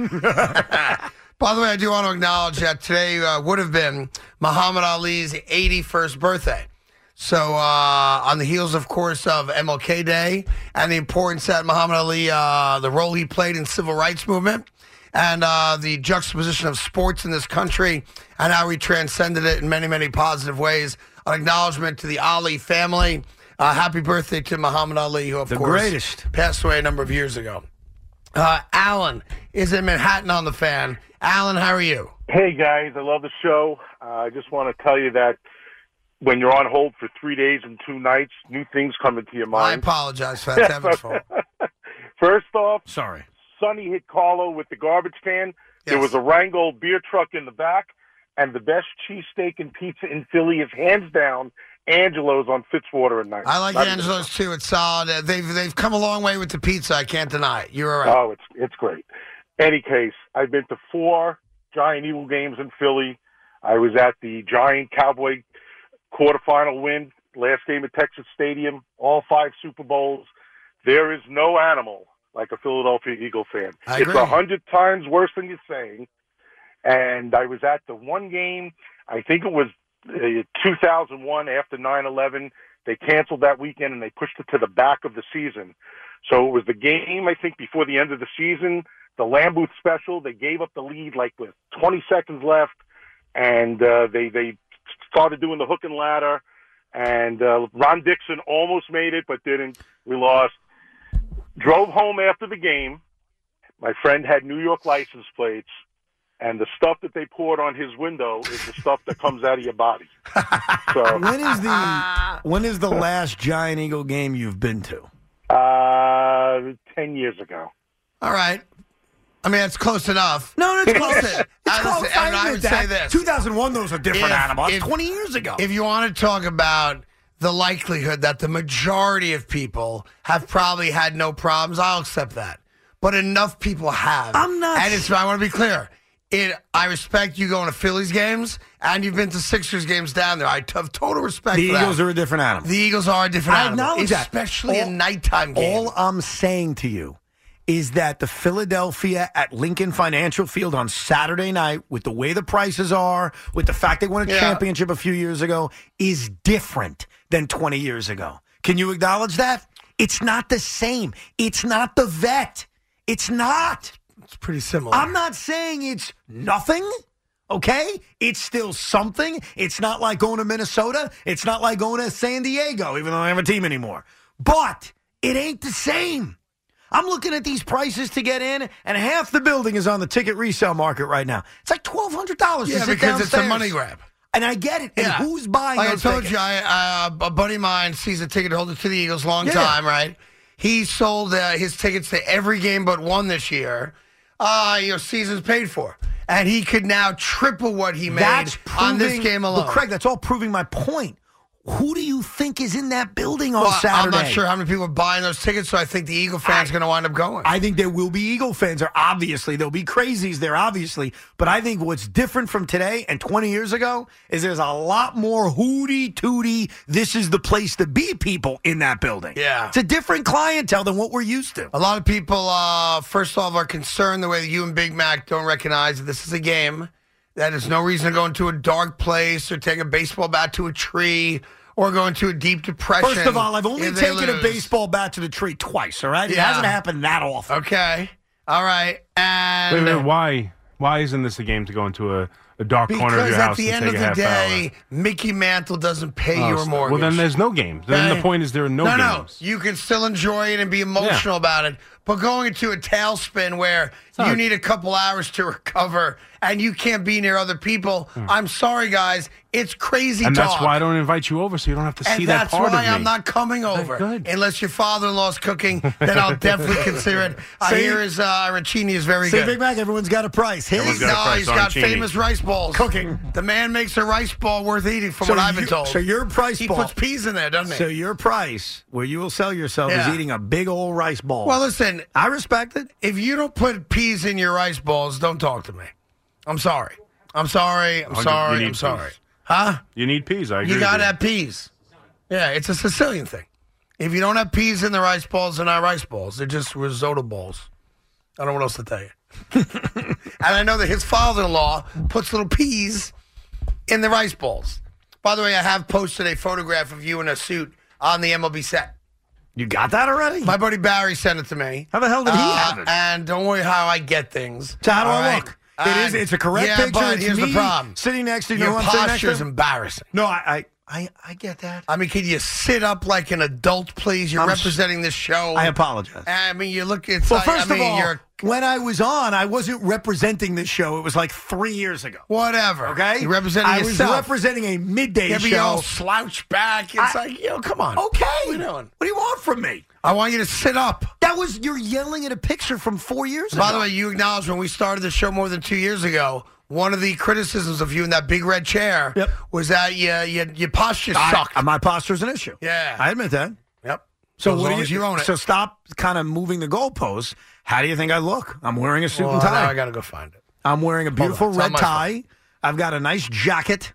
Speaker 1: By the way, I do want to acknowledge that today uh, would have been Muhammad Ali's 81st birthday. So, uh, on the heels, of course, of MLK Day and the importance that Muhammad Ali, uh, the role he played in civil rights movement, and uh, the juxtaposition of sports in this country and how he transcended it in many, many positive ways. An acknowledgement to the Ali family. Uh, happy birthday to Muhammad Ali, who, of
Speaker 3: The
Speaker 1: course,
Speaker 3: greatest.
Speaker 1: passed away a number of years ago. Uh, Alan is in Manhattan on the fan. Alan, how are you?
Speaker 6: Hey guys, I love the show. Uh, I just want to tell you that when you're on hold for three days and two nights, new things come into your
Speaker 1: I
Speaker 6: mind.
Speaker 1: apologize for that. Devin's fault.
Speaker 6: First off,
Speaker 3: Sorry.
Speaker 6: Sonny hit Carlo with the garbage can. There
Speaker 1: Yes.
Speaker 6: was a Rheingold beer truck in the back, and the best cheesesteak and pizza in Philly is hands down Angelo's on Fitzwater at night.
Speaker 1: I like
Speaker 6: Not even-
Speaker 1: Angelo's too. It's solid. Uh, They've they've come a long way with the pizza. I can't deny it. You're right.
Speaker 6: Oh, it's it's great. Any case, I've been to four Giant Eagle games in Philly. I was at the Giant Cowboy quarterfinal win, last game at Texas Stadium, all five Super Bowls. There is no animal like a Philadelphia Eagle fan.
Speaker 1: I
Speaker 6: it's
Speaker 1: agree.
Speaker 6: a hundred times worse than you're saying. And I was at the one game. I think it was uh, 2001 after 9/11. They canceled that weekend and they pushed it to the back of the season. So it was the game, I think, before the end of the season, the Lambooth special. They gave up the lead like with 20 seconds left, and uh, they they started doing the hook and ladder. And uh, Ron Dixon almost made it, but didn't. We lost. Drove home after the game. My friend had New York license plates, and the stuff that they poured on his window is the stuff that comes out of your body. So
Speaker 3: When is
Speaker 1: (laughs)
Speaker 3: the when is the last Giant Eagle game you've been to?
Speaker 6: uh, ten years ago.
Speaker 1: All right. I mean, it's close enough.
Speaker 3: No, no, (laughs) it's
Speaker 1: close. I
Speaker 3: close.
Speaker 1: listen, and I
Speaker 3: admit
Speaker 1: would
Speaker 3: that.
Speaker 1: say this.
Speaker 3: 2001, those are different
Speaker 1: If-
Speaker 3: animals.
Speaker 1: if-
Speaker 3: 20 years ago.
Speaker 1: If you want to talk about the likelihood that the majority of people have probably had no problems, I'll accept that. But enough people have.
Speaker 3: I'm not-
Speaker 1: And it's, I want to be clear. it, I respect you going to Phillies games, and you've been to Sixers games down there. I have total respect.
Speaker 3: The
Speaker 1: for that.
Speaker 3: Eagles are a different animal.
Speaker 1: The Eagles are a different
Speaker 3: I
Speaker 1: animal,
Speaker 3: acknowledge that.
Speaker 1: especially
Speaker 3: All-
Speaker 1: in nighttime games.
Speaker 3: All I'm saying to you is that the Philadelphia at Lincoln Financial Field on Saturday night, with the way the prices are, with the fact they won a
Speaker 1: Yeah.
Speaker 3: championship a few years ago, is different than 20 years ago. Can you acknowledge that? It's not the same. It's not the vet. It's not.
Speaker 1: it's pretty similar.
Speaker 3: I'm not saying it's nothing. Okay, it's still something. It's not like going to Minnesota. It's not like going to San Diego, even though I have a team anymore. But it ain't the same. I'm looking at these prices to get in, and half the building is on the ticket resale market right now. It's like twelve hundred dollars.
Speaker 1: yeah,
Speaker 3: to sit
Speaker 1: because it's a
Speaker 3: downstairs.
Speaker 1: money grab.
Speaker 3: And I get it.
Speaker 1: Yeah.
Speaker 3: And who's buying?
Speaker 1: Like I
Speaker 3: those
Speaker 1: told
Speaker 3: tickets?
Speaker 1: you, I, uh, a buddy of mine sees a ticket holder to the Eagles, long
Speaker 3: Yeah.
Speaker 1: time, right? He sold uh, his tickets to every game but one this year. Uh, you know, season's paid for, and he could now triple what he made
Speaker 3: That's proving,
Speaker 1: on this game alone.
Speaker 3: Well, Craig, that's all proving my point. Who do you think is in that building on
Speaker 1: Well, I'm
Speaker 3: Saturday?
Speaker 1: not sure how many people are buying those tickets, so I think the Eagle fans going to wind up going.
Speaker 3: I think there will be Eagle fans. There obviously there'll be crazies there, obviously. But I think what's different from today and 20 years ago is there's a lot more hooty tooty. This is the place to be. People in that building.
Speaker 1: Yeah.
Speaker 3: it's a different clientele than what we're used to.
Speaker 1: A lot of people, uh, first off, are concerned the way that you and Big Mac don't recognize that this is a game. That is no reason to go into a dark place or take a baseball bat to a tree or go into a deep depression.
Speaker 3: First of all, I've only
Speaker 1: if they
Speaker 3: taken a
Speaker 1: lose.
Speaker 3: baseball bat to the tree twice. All right, it
Speaker 1: Yeah.
Speaker 3: hasn't happened that often.
Speaker 1: Okay. All right. And
Speaker 2: Wait, wait, why? Why isn't this a game to go into a, a dark
Speaker 1: because
Speaker 2: corner of your
Speaker 1: at
Speaker 2: house
Speaker 1: the
Speaker 2: and
Speaker 1: end
Speaker 2: take
Speaker 1: of
Speaker 2: a
Speaker 1: the
Speaker 2: half
Speaker 1: day, Mickey Mantle doesn't pay
Speaker 2: hour?
Speaker 1: your mortgage.
Speaker 2: Well, then there's no games. Then
Speaker 1: Okay?
Speaker 2: the point is there are no,
Speaker 1: no,
Speaker 2: games.
Speaker 1: no. You can still enjoy it and be emotional about it, but going into a tailspin where you need a couple hours to recover and you can't be near other people, I'm sorry, guys. It's crazy
Speaker 2: Hmm. and
Speaker 1: talk.
Speaker 2: that's why I don't invite you over, so you don't have to
Speaker 1: and
Speaker 2: see that
Speaker 1: that's
Speaker 2: part
Speaker 1: why
Speaker 2: of me.
Speaker 1: I'm not coming over.
Speaker 2: good.
Speaker 1: Unless your father-in-law's cooking, then I'll
Speaker 2: (laughs)
Speaker 1: definitely consider it. I
Speaker 3: See?
Speaker 1: hear his uh, arancini is very
Speaker 3: See,
Speaker 1: good.
Speaker 3: Big Mac, everyone's got a price. His
Speaker 2: Everyone's
Speaker 1: no,
Speaker 2: got a price
Speaker 1: he's
Speaker 2: on
Speaker 1: got
Speaker 2: Chini.
Speaker 1: famous rice balls.
Speaker 3: Cooking.
Speaker 1: The man makes a rice ball worth eating, from
Speaker 3: So
Speaker 1: what I've been
Speaker 3: you-
Speaker 1: told.
Speaker 3: so your price
Speaker 1: he
Speaker 3: ball-
Speaker 1: puts peas in there, doesn't he?
Speaker 3: So your price, where you will sell yourself,
Speaker 1: Yeah.
Speaker 3: is eating a big old rice ball.
Speaker 1: well, listen,
Speaker 3: I respect it.
Speaker 1: if you don't put peas in your rice balls, don't talk to me. I'm sorry. I'm sorry. I'm
Speaker 2: you
Speaker 1: sorry.
Speaker 2: need
Speaker 1: I'm sorry.
Speaker 2: peas.
Speaker 1: Huh?
Speaker 2: you need peas. I agree.
Speaker 1: You
Speaker 2: with
Speaker 1: gotta have peas. Yeah, it's a Sicilian thing. If you don't have peas in the rice balls, they're not rice balls. They're just risotto balls. I don't know what else to tell you. (laughs) and I know that his father-in-law puts little peas in the rice balls. By the way, I have posted a photograph of you in a suit on the MLB set.
Speaker 3: You got that already?
Speaker 1: My buddy Barry sent it to me.
Speaker 3: How the hell did he
Speaker 1: Uh,
Speaker 3: have it?
Speaker 1: And don't worry how I get things.
Speaker 3: So how do
Speaker 1: All
Speaker 3: I
Speaker 1: right?
Speaker 3: look? It is.
Speaker 1: And-
Speaker 3: It's a correct
Speaker 1: yeah,
Speaker 3: picture.
Speaker 1: But
Speaker 3: it's
Speaker 1: here's
Speaker 3: me
Speaker 1: the problem.
Speaker 3: Sitting next to you.
Speaker 1: Your
Speaker 3: know who I'm sitting next
Speaker 1: posture is
Speaker 3: to?
Speaker 1: embarrassing.
Speaker 3: No, I, I, I, I get that.
Speaker 1: I mean, can you sit up like an adult, please? You're
Speaker 3: I'm s-
Speaker 1: representing this show.
Speaker 3: I apologize.
Speaker 1: I mean, you look. It's
Speaker 3: well,
Speaker 1: like-
Speaker 3: first
Speaker 1: Oh. I mean,
Speaker 3: of all,
Speaker 1: you're
Speaker 3: when I was on, I wasn't representing this show. It was like three years ago.
Speaker 1: whatever.
Speaker 3: Okay,
Speaker 1: you're representing
Speaker 3: I
Speaker 1: yourself.
Speaker 3: was representing a midday
Speaker 1: you be all
Speaker 3: show.
Speaker 1: slouched back. It's
Speaker 3: I-
Speaker 1: like, yo, come on.
Speaker 3: Okay,
Speaker 1: What are you doing?
Speaker 3: What do you want from me?
Speaker 1: I want you to sit up.
Speaker 3: That was you're yelling at a picture from four years ago.
Speaker 1: By the way, you acknowledged when we started the show more than two years ago. One of the criticisms of you in that big red chair
Speaker 3: Yep.
Speaker 1: was that you, you, your posture sucked.
Speaker 3: I, my posture's an issue.
Speaker 1: Yeah.
Speaker 3: I admit that.
Speaker 1: yep.
Speaker 3: So
Speaker 1: as
Speaker 3: what do
Speaker 1: long as you own it.
Speaker 3: So stop kind of moving the goalposts. How do you think I look? I'm wearing a suit
Speaker 1: Well,
Speaker 3: and tie.
Speaker 1: now I got to go find it.
Speaker 3: I'm wearing a beautiful
Speaker 1: it's on
Speaker 3: red
Speaker 1: my
Speaker 3: tie. I've got a nice jacket.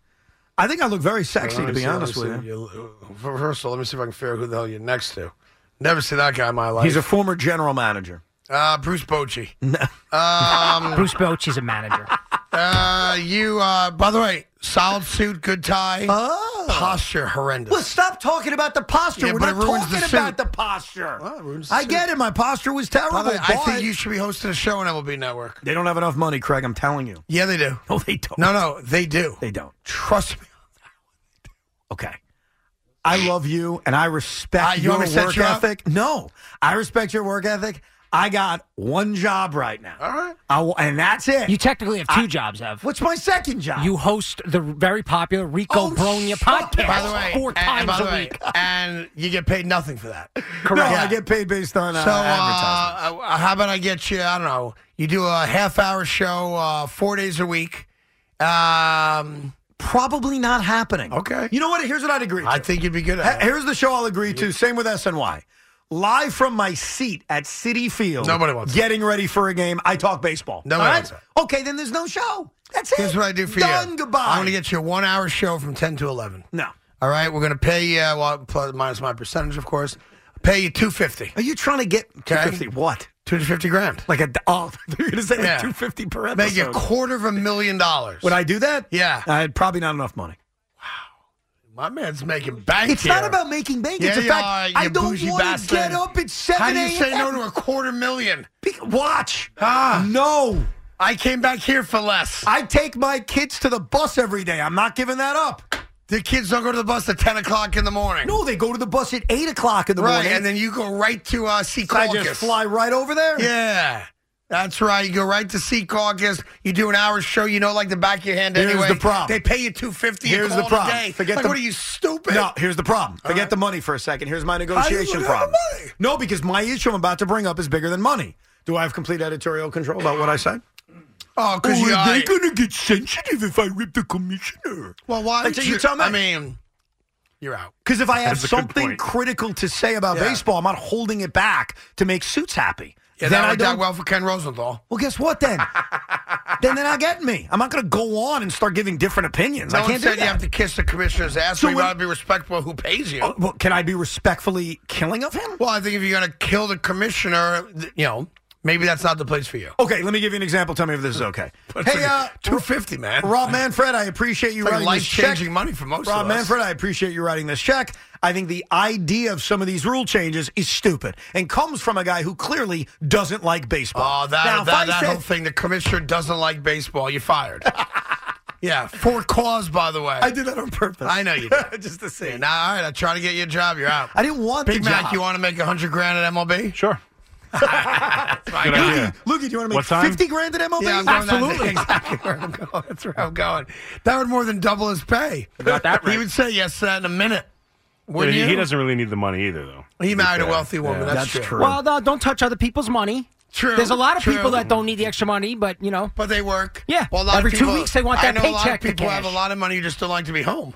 Speaker 3: I think I look very sexy, to be honest with you.
Speaker 1: First of all, let me see if I can figure out who the hell you're next to. Never seen that guy in my life.
Speaker 3: He's a former general manager.
Speaker 1: uh, Bruce Bochy.
Speaker 4: Bruce Boch is a manager.
Speaker 1: Uh, you, uh, by the way, solid suit, good tie.
Speaker 3: Oh.
Speaker 1: Posture horrendous.
Speaker 3: Well, stop talking about the posture.
Speaker 1: Yeah,
Speaker 3: We're
Speaker 1: but
Speaker 3: not
Speaker 1: it ruins the
Speaker 3: talking
Speaker 1: suit.
Speaker 3: about the posture.
Speaker 1: it ruins the
Speaker 3: I
Speaker 1: suit.
Speaker 3: get it. My posture was terrible.
Speaker 1: By the way, I
Speaker 3: but-
Speaker 1: think you should be hosting a show on MLB Network.
Speaker 3: They don't have enough money, Craig. I'm telling you.
Speaker 1: Yeah, they do.
Speaker 3: No, they don't.
Speaker 1: No, no, they do.
Speaker 3: They don't.
Speaker 1: Trust me.
Speaker 3: Okay. I llove you and I respect
Speaker 1: Uh, you
Speaker 3: your
Speaker 1: want me to set
Speaker 3: work
Speaker 1: you up?
Speaker 3: ethic. No, I respect your work ethic. I got one job right now. All right. I, wa- and that's it.
Speaker 4: You technically have two jobs, Ev.
Speaker 3: What's my second job? (laughs)
Speaker 4: You host the very popular Rico
Speaker 3: Oh,
Speaker 4: Bronya
Speaker 3: shut-
Speaker 4: podcast
Speaker 1: By the way,
Speaker 4: four
Speaker 1: and, and
Speaker 4: times
Speaker 1: by the
Speaker 4: a
Speaker 1: way,
Speaker 3: (laughs)
Speaker 4: week.
Speaker 1: and you get paid nothing for that.
Speaker 3: no,
Speaker 1: Correct.
Speaker 3: I get paid based on uh,
Speaker 1: So,
Speaker 3: advertising.
Speaker 1: uh, uh, how about I get you? I don't know. You do a half hour show uh, four days a week. Um,
Speaker 3: Probably not happening.
Speaker 1: Okay.
Speaker 3: You know what? Here's what I'd agree to.
Speaker 1: I think you'd be good
Speaker 3: H-
Speaker 1: at it.
Speaker 3: Here's the show I'll agree to. Same with SNY. live from my seat at City Field.
Speaker 1: Nobody wants it.
Speaker 3: Getting ready for a game. I talk baseball.
Speaker 1: Nobody
Speaker 3: All
Speaker 1: wants
Speaker 3: Okay, then there's no show. That's it.
Speaker 1: Here's what I do for you.
Speaker 3: Done, Goodbye.
Speaker 1: I'm going to get you a one hour show from 10 to 11.
Speaker 3: No.
Speaker 1: All right. We're going to pay you, uh, well, plus, minus my percentage, of course. Pay you 250.
Speaker 3: Are you trying to get 250? What?
Speaker 1: 250 grand.
Speaker 3: Like a oh, (laughs) you're going to say like
Speaker 1: Yeah.
Speaker 3: 250 per
Speaker 1: Make you
Speaker 3: episode?
Speaker 1: a quarter of a million dollars.
Speaker 3: Would I do that?
Speaker 1: Yeah.
Speaker 3: I had probably not enough money.
Speaker 1: my man's making bank
Speaker 3: It's
Speaker 1: here.
Speaker 3: not about making bank.
Speaker 1: Yeah,
Speaker 3: it's a
Speaker 1: you
Speaker 3: fact.
Speaker 1: are, you
Speaker 3: I don't
Speaker 1: bougie
Speaker 3: want to
Speaker 1: bastard.
Speaker 3: get up at 7
Speaker 1: How
Speaker 3: a.m.
Speaker 1: do you say no to a quarter million?
Speaker 3: Be- Watch.
Speaker 1: Ah.
Speaker 3: No.
Speaker 1: I came back here for less.
Speaker 3: I take my kids to the bus every day. I'm not giving that up.
Speaker 1: The kids don't go to the bus at 10 o'clock in the morning.
Speaker 3: No, they go to the bus at 8 o'clock in the
Speaker 1: right.
Speaker 3: morning.
Speaker 1: And then you go right to uh, Sea
Speaker 3: I
Speaker 1: Caucus.
Speaker 3: just fly right over there.
Speaker 1: Yeah. That's right. You go right to Sea Caucus. You do an hour show. You know, like the back of your hand.
Speaker 3: Here's
Speaker 1: anyway,
Speaker 3: the problem.
Speaker 1: They pay you two fifty.
Speaker 3: Here's the problem.
Speaker 1: A day.
Speaker 3: Forget
Speaker 1: like,
Speaker 3: the-
Speaker 1: what are you stupid?
Speaker 3: No, here's the problem. Forget
Speaker 1: right.
Speaker 3: the money for a second. Here's my
Speaker 1: How do
Speaker 3: negotiation
Speaker 1: you
Speaker 3: problem.
Speaker 1: have money?
Speaker 3: No, because my issue I'm about to bring up is bigger than money. Do I have complete editorial control about what I said?
Speaker 1: Oh, because you. I,
Speaker 3: to get sensitive if I rip the commissioner.
Speaker 1: well, why
Speaker 3: That's
Speaker 1: did
Speaker 3: what you tell me.
Speaker 1: I mean, you're out.
Speaker 3: Because if I have
Speaker 2: That's a good
Speaker 3: something
Speaker 2: point.
Speaker 3: critical to say about
Speaker 1: Yeah.
Speaker 3: baseball, I'm not holding it back to make suits happy.
Speaker 1: Yeah,
Speaker 3: then
Speaker 1: that
Speaker 3: I
Speaker 1: worked out
Speaker 3: don't.
Speaker 1: well for Ken Rosenthal.
Speaker 3: Well, guess
Speaker 1: (laughs)
Speaker 3: what then? then they're not getting me. I'm not going to go on and start giving different opinions.
Speaker 1: No
Speaker 3: I
Speaker 1: one
Speaker 3: can't do
Speaker 1: said
Speaker 3: that.
Speaker 1: you have to kiss the commissioner's ass.
Speaker 3: So
Speaker 1: So you
Speaker 3: when-
Speaker 1: got to be respectful of who pays you.
Speaker 3: Oh, well, can I be respectfully killing of him?
Speaker 1: Well, I think if you're going to kill the commissioner, th- you know, maybe that's not the place for you.
Speaker 3: Okay, let me give you an example. Tell me if this is okay. hey, uh,
Speaker 1: two fifty, man.
Speaker 3: Rob Manfred, I appreciate you
Speaker 1: It's like
Speaker 3: writing this check.
Speaker 1: life-changing money for most
Speaker 3: Rob
Speaker 1: of us.
Speaker 3: Manfred, I appreciate you writing this check. I think the idea of some of these rule changes is stupid and comes from a guy who clearly doesn't like baseball.
Speaker 1: Oh, that
Speaker 3: now, if I
Speaker 1: that, that
Speaker 3: said-
Speaker 1: whole thing. The commissioner doesn't like baseball. You're fired. yeah, for cause, by the way.
Speaker 3: I did that on purpose.
Speaker 1: I
Speaker 3: (laughs)
Speaker 1: know you did.
Speaker 3: Just to say.
Speaker 1: Yeah, nah, all right. I try to get you a job. You're out.
Speaker 3: I didn't want
Speaker 1: Big
Speaker 3: the
Speaker 1: Mac.
Speaker 3: job.
Speaker 1: You want to make a hundred grand at MLB?
Speaker 2: Sure. Good idea.
Speaker 3: Look, do you want to make
Speaker 2: What time?
Speaker 3: 50 grand at MLB?
Speaker 1: Yeah, I'm going That,
Speaker 3: Absolutely.
Speaker 1: (laughs) exactly where I'm going. That's where I'm going. That would more than double his pay.
Speaker 4: Got that
Speaker 1: He
Speaker 4: right.
Speaker 1: would say yes to that in a minute.
Speaker 2: But
Speaker 1: Wouldn't
Speaker 2: he,
Speaker 1: you?
Speaker 2: he doesn't really need the money either, though.
Speaker 1: He married a wealthy woman. That's,
Speaker 3: That's
Speaker 1: true.
Speaker 3: true.
Speaker 4: Well, no, don't touch other people's money.
Speaker 1: True,
Speaker 4: There's a lot of
Speaker 1: true.
Speaker 4: people that don't need the extra money, but you know,
Speaker 1: But they work.
Speaker 4: Yeah.
Speaker 1: Well, a lot of
Speaker 4: Every two
Speaker 1: people-
Speaker 4: weeks, they want
Speaker 1: I
Speaker 4: that
Speaker 1: know A lot
Speaker 4: paycheck
Speaker 1: of
Speaker 4: to
Speaker 1: people have a
Speaker 4: cash.
Speaker 1: lot of money who just don't like to be home.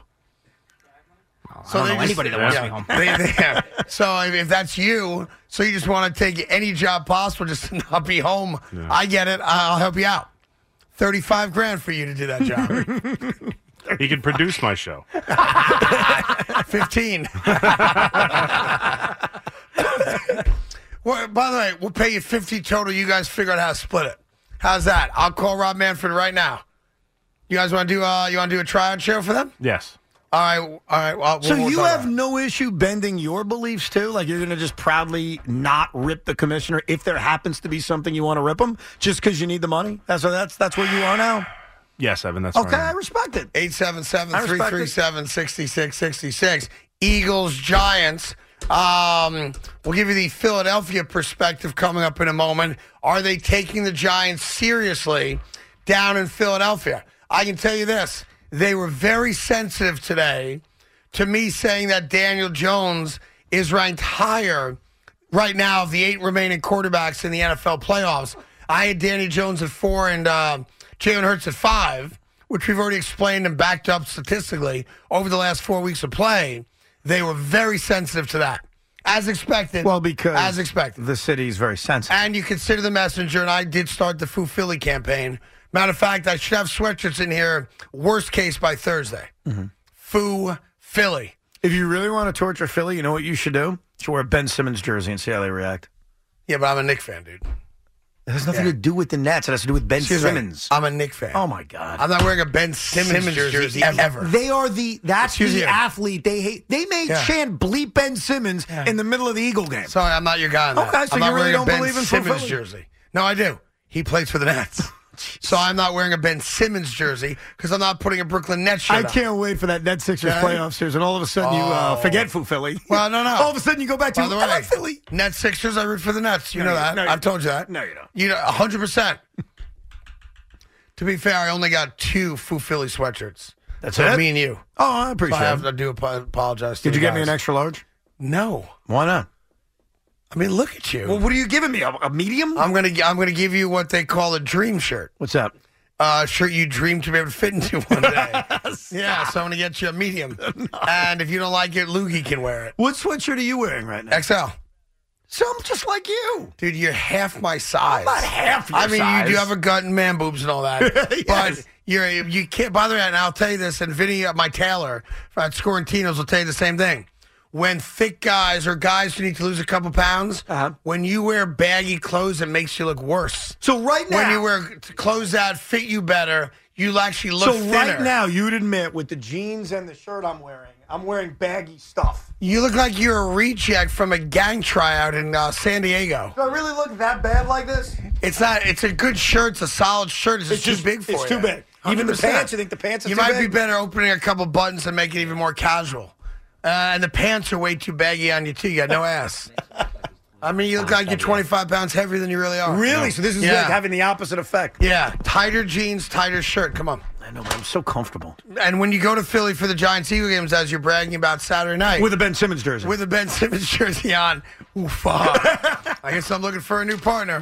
Speaker 4: I don't know anybody that wants
Speaker 1: yeah.
Speaker 4: me home.
Speaker 1: (laughs) They- they- yeah. So I mean, if that's you, so you just want to take any job possible just to not be home, I get it. I'll help you out. 35 grand for you to do that
Speaker 4: (laughs)
Speaker 1: job.
Speaker 2: He could produce my show.
Speaker 1: 15. (laughs) well, by the way, we'll pay you 50 total. You guys figure out how to split it. How's that? I'll call Rob Manfred right now. You guys want to do uh you want to do a tryout show for them?
Speaker 2: Yes.
Speaker 1: All right, all right. Well,
Speaker 3: So
Speaker 1: we'll- we'll
Speaker 3: you
Speaker 1: talk
Speaker 3: have
Speaker 1: about it.
Speaker 3: no issue bending your beliefs too? Like you're going to just proudly not rip the commissioner if there happens to be something you want to rip him just because you need the money? That's that's that's where you are now.
Speaker 2: Yes, Evan. That's
Speaker 3: Okay, I
Speaker 2: Right.
Speaker 3: respect it.
Speaker 1: 877-337-6666. Eagles, Giants. Um, we'll give you the Philadelphia perspective coming up in a moment. Are they taking the Giants seriously down in Philadelphia? I can tell you this. They were very sensitive today to me saying that Daniel Jones is ranked higher right now of the eight remaining quarterbacks in the NFL playoffs. I had Danny Jones at four and uh, Jalen Hurts at five, which we've already explained and backed up statistically over the last four weeks of play. They were very sensitive to that, as expected.
Speaker 3: Well, because
Speaker 1: as expected,
Speaker 3: the city is very sensitive.
Speaker 1: and you consider the messenger. And I did start the Foo Philly campaign. Matter of fact, I should have sweatshirts in here. Worst case by Thursday.
Speaker 3: Mm-hmm.
Speaker 1: Foo Philly.
Speaker 3: If you really want to torture Philly, you know what you should do? You should wear a Ben Simmons jersey and see how they react.
Speaker 1: Yeah, but I'm a Nick fan, dude.
Speaker 3: It has nothing to do with the Nets. It has to do with Ben
Speaker 1: Excuse me.
Speaker 3: Simmons.
Speaker 1: I'm a Nick fan.
Speaker 3: oh my God.
Speaker 1: I'm not wearing a Ben Simmons,
Speaker 3: Simmons
Speaker 1: jersey,
Speaker 3: jersey
Speaker 1: ever.
Speaker 3: They are the that's
Speaker 1: Excuse
Speaker 3: the
Speaker 1: you.
Speaker 3: athlete they hate. They made
Speaker 1: Yeah.
Speaker 3: chant bleep Ben Simmons in the middle of the Eagle game.
Speaker 1: Sorry, I'm not your guy. On that.
Speaker 3: Okay, so
Speaker 1: I'm not
Speaker 3: you really
Speaker 1: wearing a
Speaker 3: don't
Speaker 1: ben
Speaker 3: believe in Oh, Phil
Speaker 1: Simmons
Speaker 3: Philly?
Speaker 1: jersey. No, I do. He plays for the
Speaker 3: (laughs)
Speaker 1: Nets. so I'm not wearing a Ben Simmons jersey because I'm not putting a Brooklyn Nets shirt.
Speaker 3: I
Speaker 1: on.
Speaker 3: can't wait for that Nets Sixers
Speaker 1: Okay.
Speaker 3: playoff series, and all of a sudden you uh,
Speaker 1: Oh.
Speaker 3: forget Foo Philly.
Speaker 1: Well, no, no.
Speaker 3: (laughs) all of a sudden you go back to
Speaker 1: By the way,
Speaker 3: I like Philly.
Speaker 1: Nets Sixers. I root for the Nets. You
Speaker 3: No,
Speaker 1: know
Speaker 3: you-
Speaker 1: that.
Speaker 3: no, you-
Speaker 1: I've told you that.
Speaker 3: No, you don't.
Speaker 1: You know, 100. percent (laughs) To be fair, I only got two Foo Philly sweatshirts.
Speaker 3: That's
Speaker 1: so
Speaker 3: it?
Speaker 1: Me and you.
Speaker 3: Oh, I
Speaker 1: So I
Speaker 3: appreciate
Speaker 1: have
Speaker 3: it.
Speaker 1: to do ap- apologize. To
Speaker 3: Did you
Speaker 1: the
Speaker 3: get me an
Speaker 1: guys.
Speaker 3: extra large?
Speaker 1: No.
Speaker 3: Why not?
Speaker 1: I mean, look at you.
Speaker 3: Well, what are you giving me? A, a medium?
Speaker 1: I'm gonna I'm gonna give you what they call a dream shirt.
Speaker 3: What's up?
Speaker 1: Uh, shirt you dream to be able to fit into one
Speaker 3: (laughs)
Speaker 1: day. yeah, so I'm gonna get you a medium. And if you don't like it, Loogie can wear it.
Speaker 3: What sweatshirt are you wearing right now?
Speaker 1: XL.
Speaker 3: So I'm just like you.
Speaker 1: Dude, you're half my size.
Speaker 3: not half your
Speaker 1: I mean, you do
Speaker 3: size.
Speaker 1: have a gut and man boobs and all
Speaker 3: (laughs)
Speaker 1: that. But you're, you can't, by the way, and I'll tell you this, and Vinny, uh, my tailor at Scorantino's will tell you the same thing. When thick guys or guys who need to lose a couple pounds,
Speaker 3: Uh-huh.
Speaker 1: when you wear baggy clothes, it makes you look worse.
Speaker 3: So right now,
Speaker 1: When you wear clothes that fit you better, you actually look
Speaker 3: so
Speaker 1: thinner.
Speaker 3: right now, you'd admit with the jeans and the shirt I'm wearing, I'm wearing baggy stuff.
Speaker 1: you look like you're a reject from a gang tryout in uh, San Diego.
Speaker 3: Do I really look that bad like this?
Speaker 1: It's not. It's a good shirt. It's a solid shirt. It's, just too big for
Speaker 3: it's
Speaker 1: you.
Speaker 3: too big. Even the
Speaker 1: 100%.
Speaker 3: pants, you think the pants are
Speaker 1: You
Speaker 3: too
Speaker 1: might
Speaker 3: big?
Speaker 1: be better opening a couple buttons and make it even more casual. Uh, and the pants are way too baggy on you too. You got no ass. I mean, you look like you're 25 pounds heavier than you really are.
Speaker 3: Really? So this is
Speaker 1: Yeah.
Speaker 3: like having the opposite effect.
Speaker 1: Yeah. Tighter jeans, tighter shirt. Come on.
Speaker 3: I know, but I'm so comfortable
Speaker 1: And when you go to Philly for the Giants Eagle games, as you're bragging about Saturday night,
Speaker 3: with a Ben Simmons jersey.
Speaker 1: with a Ben Simmons jersey on, ooh, fuck. I guess I'm looking for a new partner.